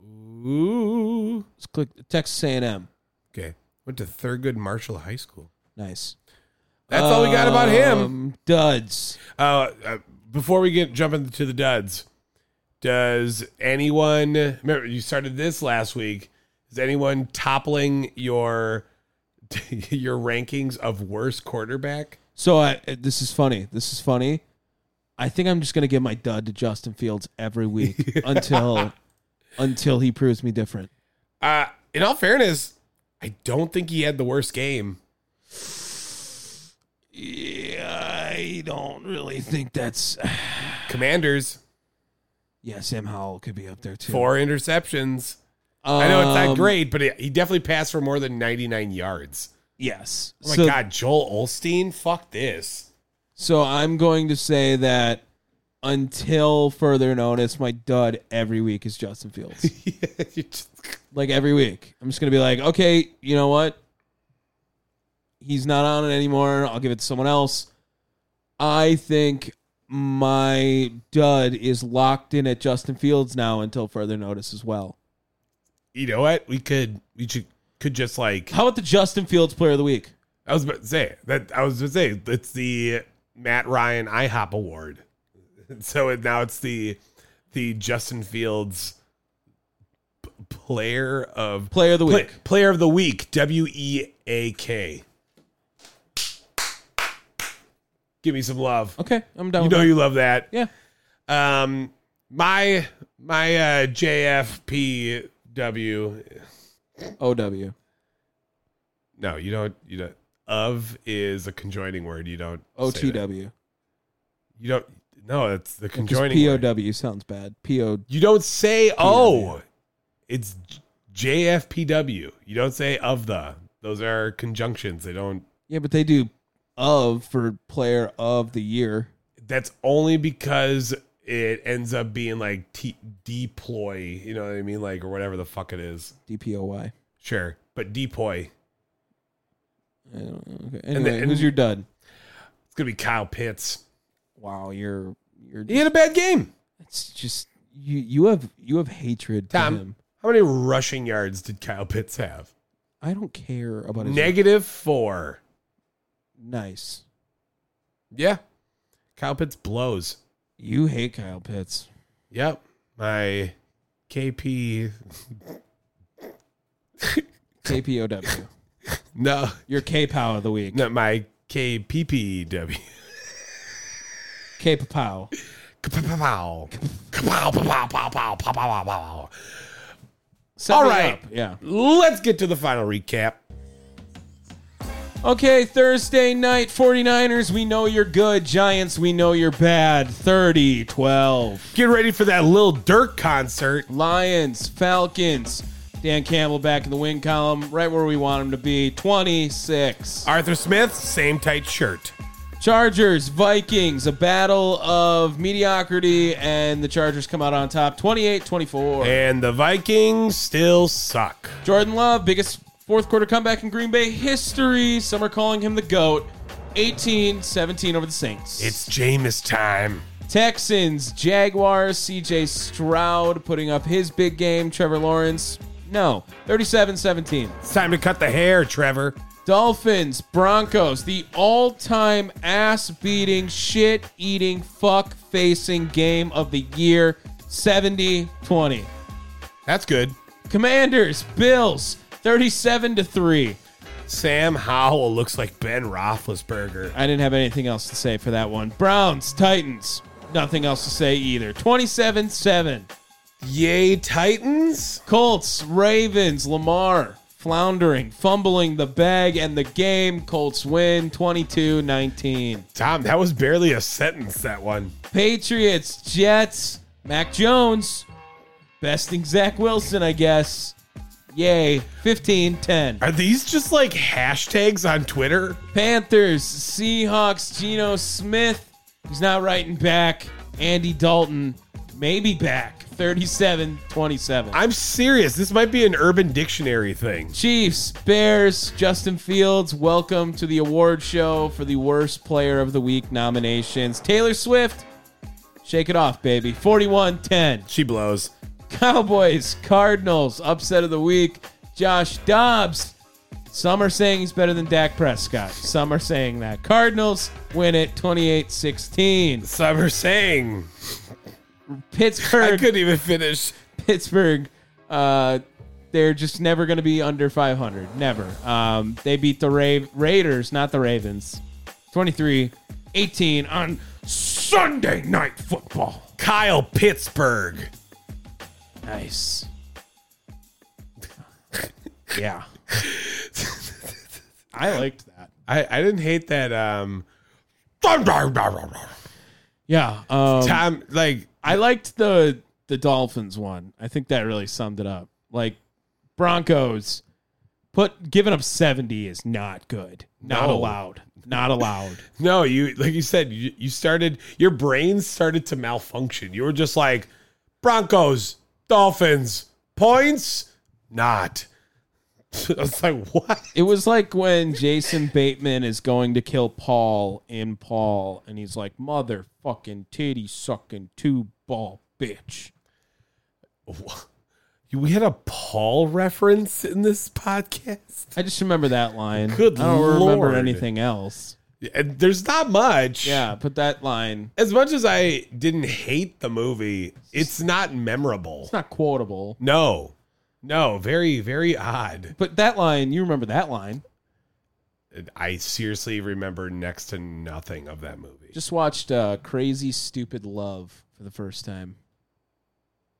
Speaker 3: ooh.
Speaker 2: Let's click Texas A&M.
Speaker 3: Okay, went to Thurgood Marshall High School.
Speaker 2: Nice.
Speaker 3: That's all Oh, we got about him.
Speaker 2: Um, Duds.
Speaker 3: Uh, uh, before we get jump into the duds, does anyone remember you started this last week? Is anyone toppling your <laughs> your rankings of worst quarterback?
Speaker 2: So I, this is funny. This is funny. I think I'm just gonna give my dud to Justin Fields
Speaker 3: <laughs>
Speaker 2: every week until until he proves me different.
Speaker 3: Uh, in all fairness, I don't think he had the worst game.
Speaker 2: Yeah, I don't really think that's.
Speaker 3: Commanders
Speaker 2: Yeah, Sam Howell could be up there too.
Speaker 3: four interceptions. I know it's
Speaker 2: Um,
Speaker 3: not great, but he- he definitely passed for more than 99 yards.
Speaker 2: Yes.
Speaker 3: Oh my God, Joel Olstein, fuck this. <laughs>
Speaker 2: So I'm going to say that until further notice, my dud every week is Justin Fields.
Speaker 3: You just-
Speaker 2: like every week. I'm just gonna be like, okay, you know what? He's not on it anymore. I'll give it to someone else. I think my dud is locked in at Justin Fields now until further notice as well.
Speaker 3: you know what? We could we should could just like
Speaker 2: How about the Justin Fields player of the week?
Speaker 3: I was about to say that I was about to say it's the Matt Ryan IHOP award. <laughs> So it, now it's the the Justin Fields p- player of
Speaker 2: Player of the
Speaker 3: Play-
Speaker 2: week.
Speaker 3: player of the week, W E A K. Give me some love.
Speaker 2: Okay, I'm down
Speaker 3: You
Speaker 2: with
Speaker 3: know
Speaker 2: that.
Speaker 3: you love that.
Speaker 2: Yeah.
Speaker 3: Um, my my uh, JFPW.
Speaker 2: OW.
Speaker 3: No, you don't. You don't. Of is a conjoining word. You don't. say that.
Speaker 2: OTW.
Speaker 3: You don't. No, it's the
Speaker 2: Because
Speaker 3: conjoining. word.
Speaker 2: POW sounds bad. PO
Speaker 3: You don't say oh. It's J- JFPW. You don't say of the. Those are conjunctions. They don't
Speaker 2: Yeah, but they do of for player of the year.
Speaker 3: that's only because it ends up being like t- deploy, you know what I mean? Like, or whatever the fuck it is.
Speaker 2: DPOY.
Speaker 3: Sure. But deploy.
Speaker 2: I don't know. Okay.
Speaker 3: then-
Speaker 2: Anyway, who's
Speaker 3: and-
Speaker 2: your dud?
Speaker 3: It's going to be Kyle Pitts.
Speaker 2: Wow, you're you're
Speaker 3: He had a bad game.
Speaker 2: It's just you. You have you have hatred for
Speaker 3: Tom.
Speaker 2: him.
Speaker 3: How many rushing yards did Kyle Pitts have?
Speaker 2: I don't care about his
Speaker 3: Negative four.
Speaker 2: nice.
Speaker 3: Yeah. Kyle Pitts blows.
Speaker 2: You hate
Speaker 3: <laughs>
Speaker 2: Kyle Pitts.
Speaker 3: Yep. My KP.
Speaker 2: KPOW.
Speaker 3: No,
Speaker 2: Your K Pow of the week.
Speaker 3: no, my KPPW.
Speaker 2: K Pow.
Speaker 3: Kapow. Kapow, pow, pow, pow, pow, pow, pow, pow.
Speaker 2: Set
Speaker 3: All
Speaker 2: me
Speaker 3: right.
Speaker 2: up. Yeah.
Speaker 3: Let's get to the final recap.
Speaker 2: Okay, Thursday night, 49ers, we know you're good. Giants, we know you're bad. 30 12.
Speaker 3: Get ready for that Lil Durk concert.
Speaker 2: Lions, Falcons. Dan Campbell back in the win column, right where we want him to be. 26.
Speaker 3: Arthur Smith, same tight shirt.
Speaker 2: Chargers, Vikings, a battle of mediocrity, and the Chargers come out on top 28 24.
Speaker 3: And the Vikings still suck.
Speaker 2: Jordan Love, biggest fourth quarter comeback in Green Bay history. Some are calling him the GOAT. 18 17 over the Saints.
Speaker 3: It's Jameis time.
Speaker 2: Texans, Jaguars, CJ Stroud putting up his big game. Trevor Lawrence, No, 37 17.
Speaker 3: It's time to cut the hair, Trevor.
Speaker 2: Dolphins, Broncos, the all time ass beating, shit eating, fuck facing game of the year 70 20.
Speaker 3: That's good.
Speaker 2: Commanders, Bills, 37 to 3.
Speaker 3: Sam Howell looks like Ben Roethlisberger.
Speaker 2: I didn't have anything else to say for that one. Browns, Titans, nothing else to say either. 27 7.
Speaker 3: Yay, Titans!
Speaker 2: Colts, Ravens, Lamar floundering, fumbling the bag and the game. Colts win 22 19.
Speaker 3: Tom, that was barely a sentence. That one.
Speaker 2: Patriots, Jets, Mac Jones, besting Zach Wilson, I guess. Yay, 15 10.
Speaker 3: Are these just like hashtags on Twitter?
Speaker 2: Panthers, Seahawks, Geno Smith. He's not writing back. Andy Dalton, maybe back. 37 27.
Speaker 3: I'm serious. This might be an Urban Dictionary thing.
Speaker 2: Chiefs, Bears, Justin Fields, welcome to the award show for the worst player of the week nominations. Taylor Swift, shake it off, baby. 41 10.
Speaker 3: She blows.
Speaker 2: Cowboys, Cardinals, upset of the week. Josh Dobbs. Some are saying he's better than Dak Prescott. Some are saying that. Cardinals win it
Speaker 3: <laughs>
Speaker 2: 28 16.
Speaker 3: Some are saying I
Speaker 2: Pittsburgh.
Speaker 3: couldn't even finish.
Speaker 2: Pittsburgh, uh, they're just never going to be under 500. Never. Um, they beat the Ra- Raiders, not the Ravens. 23 18 on
Speaker 3: Sunday night football. Kyle Pittsburgh.
Speaker 2: <laughs> nice. yeah. <laughs> I liked that.
Speaker 3: I, I didn't hate that. Um,
Speaker 2: Yeah. Um,
Speaker 3: Tom, like
Speaker 2: I liked the the Dolphins one. I think that really summed it up. Like Broncos put giving up 70 is not good. Not
Speaker 3: No.
Speaker 2: allowed. Not allowed.
Speaker 3: no, you like you said, you, you started your brain started to malfunction. You were just like Broncos, Dolphins, points, not. <laughs> I was like, what?
Speaker 2: It was like when Jason Bateman is going to kill Paul in Paul, and he's like, motherfucking titty sucking two ball bitch.
Speaker 3: We had a Paul reference in this podcast.
Speaker 2: I just remember that line.
Speaker 3: Good
Speaker 2: I don't remember
Speaker 3: lord.
Speaker 2: anything else.
Speaker 3: And there's not much.
Speaker 2: Yeah, but that line,
Speaker 3: As much as I didn't hate the movie, it's not memorable.
Speaker 2: it's not quotable.
Speaker 3: No. No, very, very odd.
Speaker 2: But that line, you remember that line.
Speaker 3: I seriously remember next to nothing of that movie.
Speaker 2: Just watched uh, Crazy Stupid Love for the first time.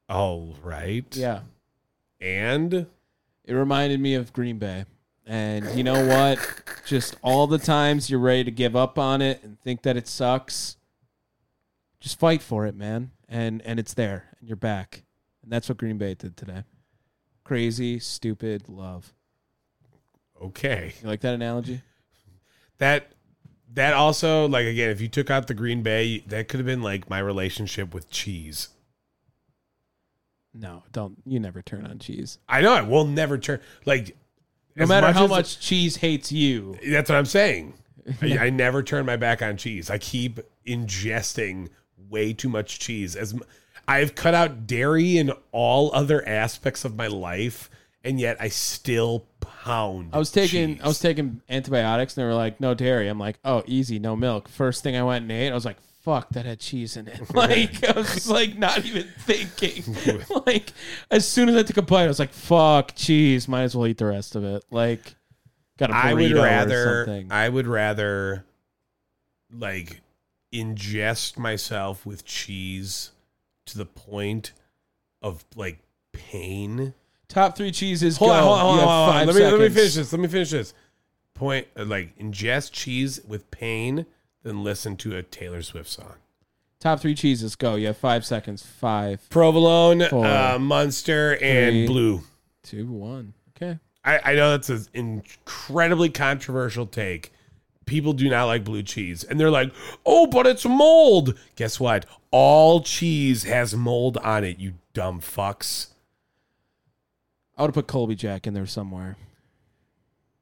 Speaker 3: All Oh, right.
Speaker 2: Yeah.
Speaker 3: And
Speaker 2: It reminded me of Green Bay. And you know what? Just all the times you're ready to give up on it and think that it sucks, just fight for it, man. And and it's there and you're back. And that's what Green Bay did today. Crazy, stupid love.
Speaker 3: okay.
Speaker 2: You like that analogy?
Speaker 3: That that also like again, if you took out the Green Bay, that could have been like my relationship with cheese.
Speaker 2: No, don't. You never turn on cheese.
Speaker 3: I know I will never turn like
Speaker 2: No
Speaker 3: as
Speaker 2: matter how
Speaker 3: as-
Speaker 2: much cheese hates you.
Speaker 3: That's what I'm saying.
Speaker 2: <laughs>
Speaker 3: I, I never turn my back on cheese. I keep ingesting way too much cheese. As m- I've cut out dairy in all other aspects of my life, and yet I still pound.
Speaker 2: I was taking
Speaker 3: cheese.
Speaker 2: I was taking antibiotics and they were like, no dairy. I'm like, oh, easy, no milk. First thing I went and ate, I was like, fuck, that had cheese in it. <laughs> Like I was just like not even thinking.
Speaker 3: <laughs>
Speaker 2: like as soon as I took a bite, I was like, fuck, cheese. Might as well eat the rest of it. Like got a burrito
Speaker 3: I would
Speaker 2: or
Speaker 3: rather.
Speaker 2: something.
Speaker 3: I would rather, like, ingest myself with cheese to the point of like pain.
Speaker 2: Top three cheeses.
Speaker 3: Hold
Speaker 2: go.
Speaker 3: on, hold on, hold on,
Speaker 2: You have
Speaker 3: hold on.
Speaker 2: five
Speaker 3: Let me let me
Speaker 2: seconds.
Speaker 3: finish this. Let me finish this. Point uh, like ingest cheese with pain, then listen to a Taylor Swift song.
Speaker 2: Top three cheeses. Go. You have five seconds. Five,
Speaker 3: Provolone,
Speaker 2: Four,
Speaker 3: uh, Munster, and
Speaker 2: three.
Speaker 3: Blue.
Speaker 2: two, one. Okay.
Speaker 3: I, I know that's an incredibly controversial take. People do not like blue cheese, and they're like, "Oh, but it's mold." Guess what? All cheese has mold on it. You dumb fucks.
Speaker 2: I would have put Colby Jack in there somewhere.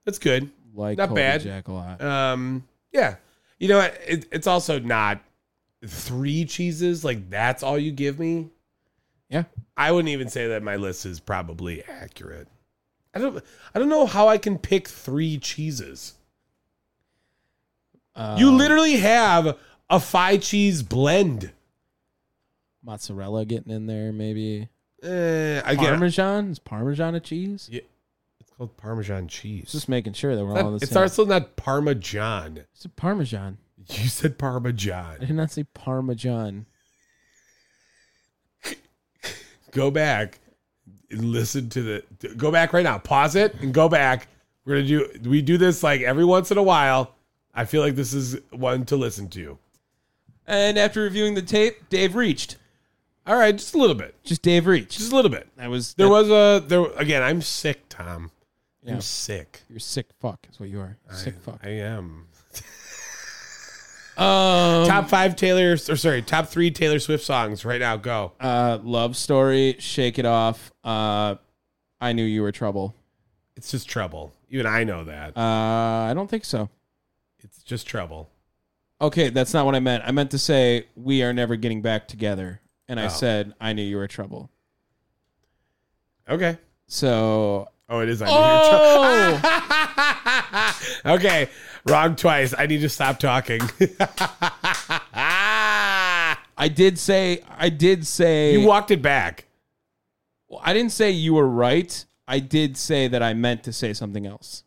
Speaker 3: That's good.
Speaker 2: Like
Speaker 3: Not
Speaker 2: Colby
Speaker 3: bad.
Speaker 2: Jack a lot.
Speaker 3: Um, yeah, you know, what? it, it's also not three cheeses. Like that's all you give me.
Speaker 2: Yeah.
Speaker 3: I wouldn't even say that my list is probably accurate. I don't I don't know how I can pick three cheeses.
Speaker 2: Uh,
Speaker 3: you literally have a five cheese blend.
Speaker 2: mozzarella getting in there, maybe
Speaker 3: Eh, I get it.
Speaker 2: Parmesan. Is Parmesan a cheese?
Speaker 3: it's called Parmesan cheese. <laughs>
Speaker 2: Just making sure that we're all on the
Speaker 3: it's
Speaker 2: same.
Speaker 3: also not Parmesan.
Speaker 2: It's a Parmesan.
Speaker 3: You said
Speaker 2: I
Speaker 3: Parmesan.
Speaker 2: did not say Parmesan.
Speaker 3: Go back and listen to the. Go back right now. Pause it and go back. We're gonna do. We do this like every once in a while. I feel like this is one to listen to.
Speaker 2: And after reviewing the tape, Dave reached.
Speaker 3: All right, just a little bit.
Speaker 2: Just Dave reached.
Speaker 3: Just a little bit.
Speaker 2: That was
Speaker 3: There
Speaker 2: that-
Speaker 3: was a there again. I'm sick, Tom.
Speaker 2: Yeah.
Speaker 3: I'm sick.
Speaker 2: You're sick. Fuck is what you are. Sick fuck.
Speaker 3: I am.
Speaker 2: um,
Speaker 3: top five Taylor, or sorry, top three Taylor Swift songs right now. Go.
Speaker 2: uh, love story. Shake it off. Uh, I knew you were trouble.
Speaker 3: It's just trouble. Even I know that.
Speaker 2: Uh, I don't think so.
Speaker 3: it's just trouble.
Speaker 2: Okay, that's not what I meant. I meant to say we are never getting back together, and I
Speaker 3: Oh.
Speaker 2: said I knew you were trouble.
Speaker 3: Okay.
Speaker 2: So
Speaker 3: Oh, it is. I
Speaker 2: oh,
Speaker 3: oh. <laughs> okay. Wrong twice. I need to stop talking. <laughs>
Speaker 2: I did say I did say
Speaker 3: you walked it back.
Speaker 2: Well, I didn't say you were right. I did say that I meant to say something else.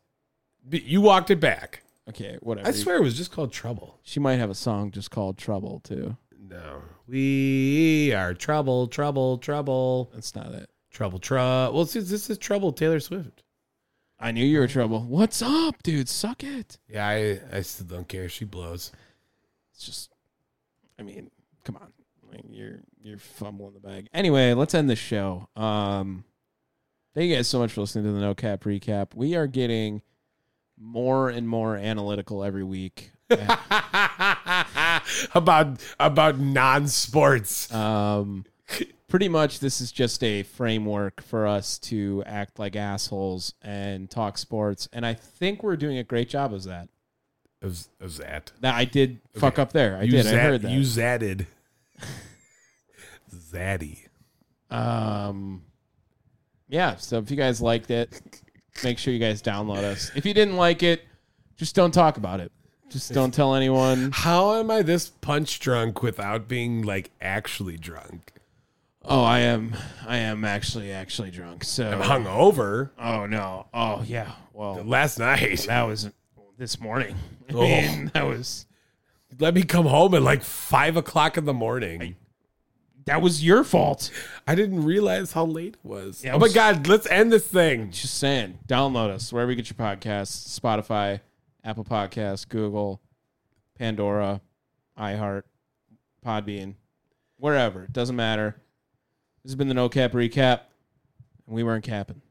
Speaker 3: But You walked it back.
Speaker 2: Okay, whatever.
Speaker 3: I swear it was just called trouble.
Speaker 2: She might have a song just called Trouble, too.
Speaker 3: No. We are trouble, trouble, trouble.
Speaker 2: That's not it.
Speaker 3: Trouble, trouble. Well, see, this is trouble, Taylor Swift.
Speaker 2: I knew you were trouble. What's up, dude? Suck it.
Speaker 3: Yeah, I, I still don't care. She blows.
Speaker 2: It's just, I mean, come on. Like, you're you're fumbling the bag. Anyway, let's end this show. Um, thank you guys so much for listening to the No Cap recap. We are getting more and more analytical
Speaker 3: <laughs>
Speaker 2: every week.
Speaker 3: about about non sports.
Speaker 2: Um, pretty much, this is just a framework for us to act like assholes and talk sports. And I think we're doing a great job of that.
Speaker 3: Is, is that?
Speaker 2: That I did fuck
Speaker 3: Okay.
Speaker 2: up there. I
Speaker 3: You
Speaker 2: did. I
Speaker 3: zat-
Speaker 2: heard that.
Speaker 3: You zatted. Zaddy.
Speaker 2: um, yeah. So if you guys liked it, make sure you guys download us. If you didn't like it, just don't talk about it. Just don't tell anyone.
Speaker 3: How am I this punch drunk without being like actually drunk?
Speaker 2: Oh, I am. I am actually actually drunk. So.
Speaker 3: Hungover
Speaker 2: Oh no. Oh yeah. Well,
Speaker 3: last night.
Speaker 2: that was this morning. <laughs> I
Speaker 3: Oh.
Speaker 2: mean, that was.
Speaker 3: Let me come home at like five o'clock in the morning.
Speaker 2: That was your fault.
Speaker 3: I, didn't realize how late it was.
Speaker 2: Yeah,
Speaker 3: oh
Speaker 2: it
Speaker 3: my
Speaker 2: was-
Speaker 3: god, let's end this thing.
Speaker 2: Just saying, download us wherever you get your podcasts Spotify, Apple Podcasts, Google, Pandora, iHeart, Podbean, wherever. It doesn't matter. This has been the No Cap Recap, and we weren't capping.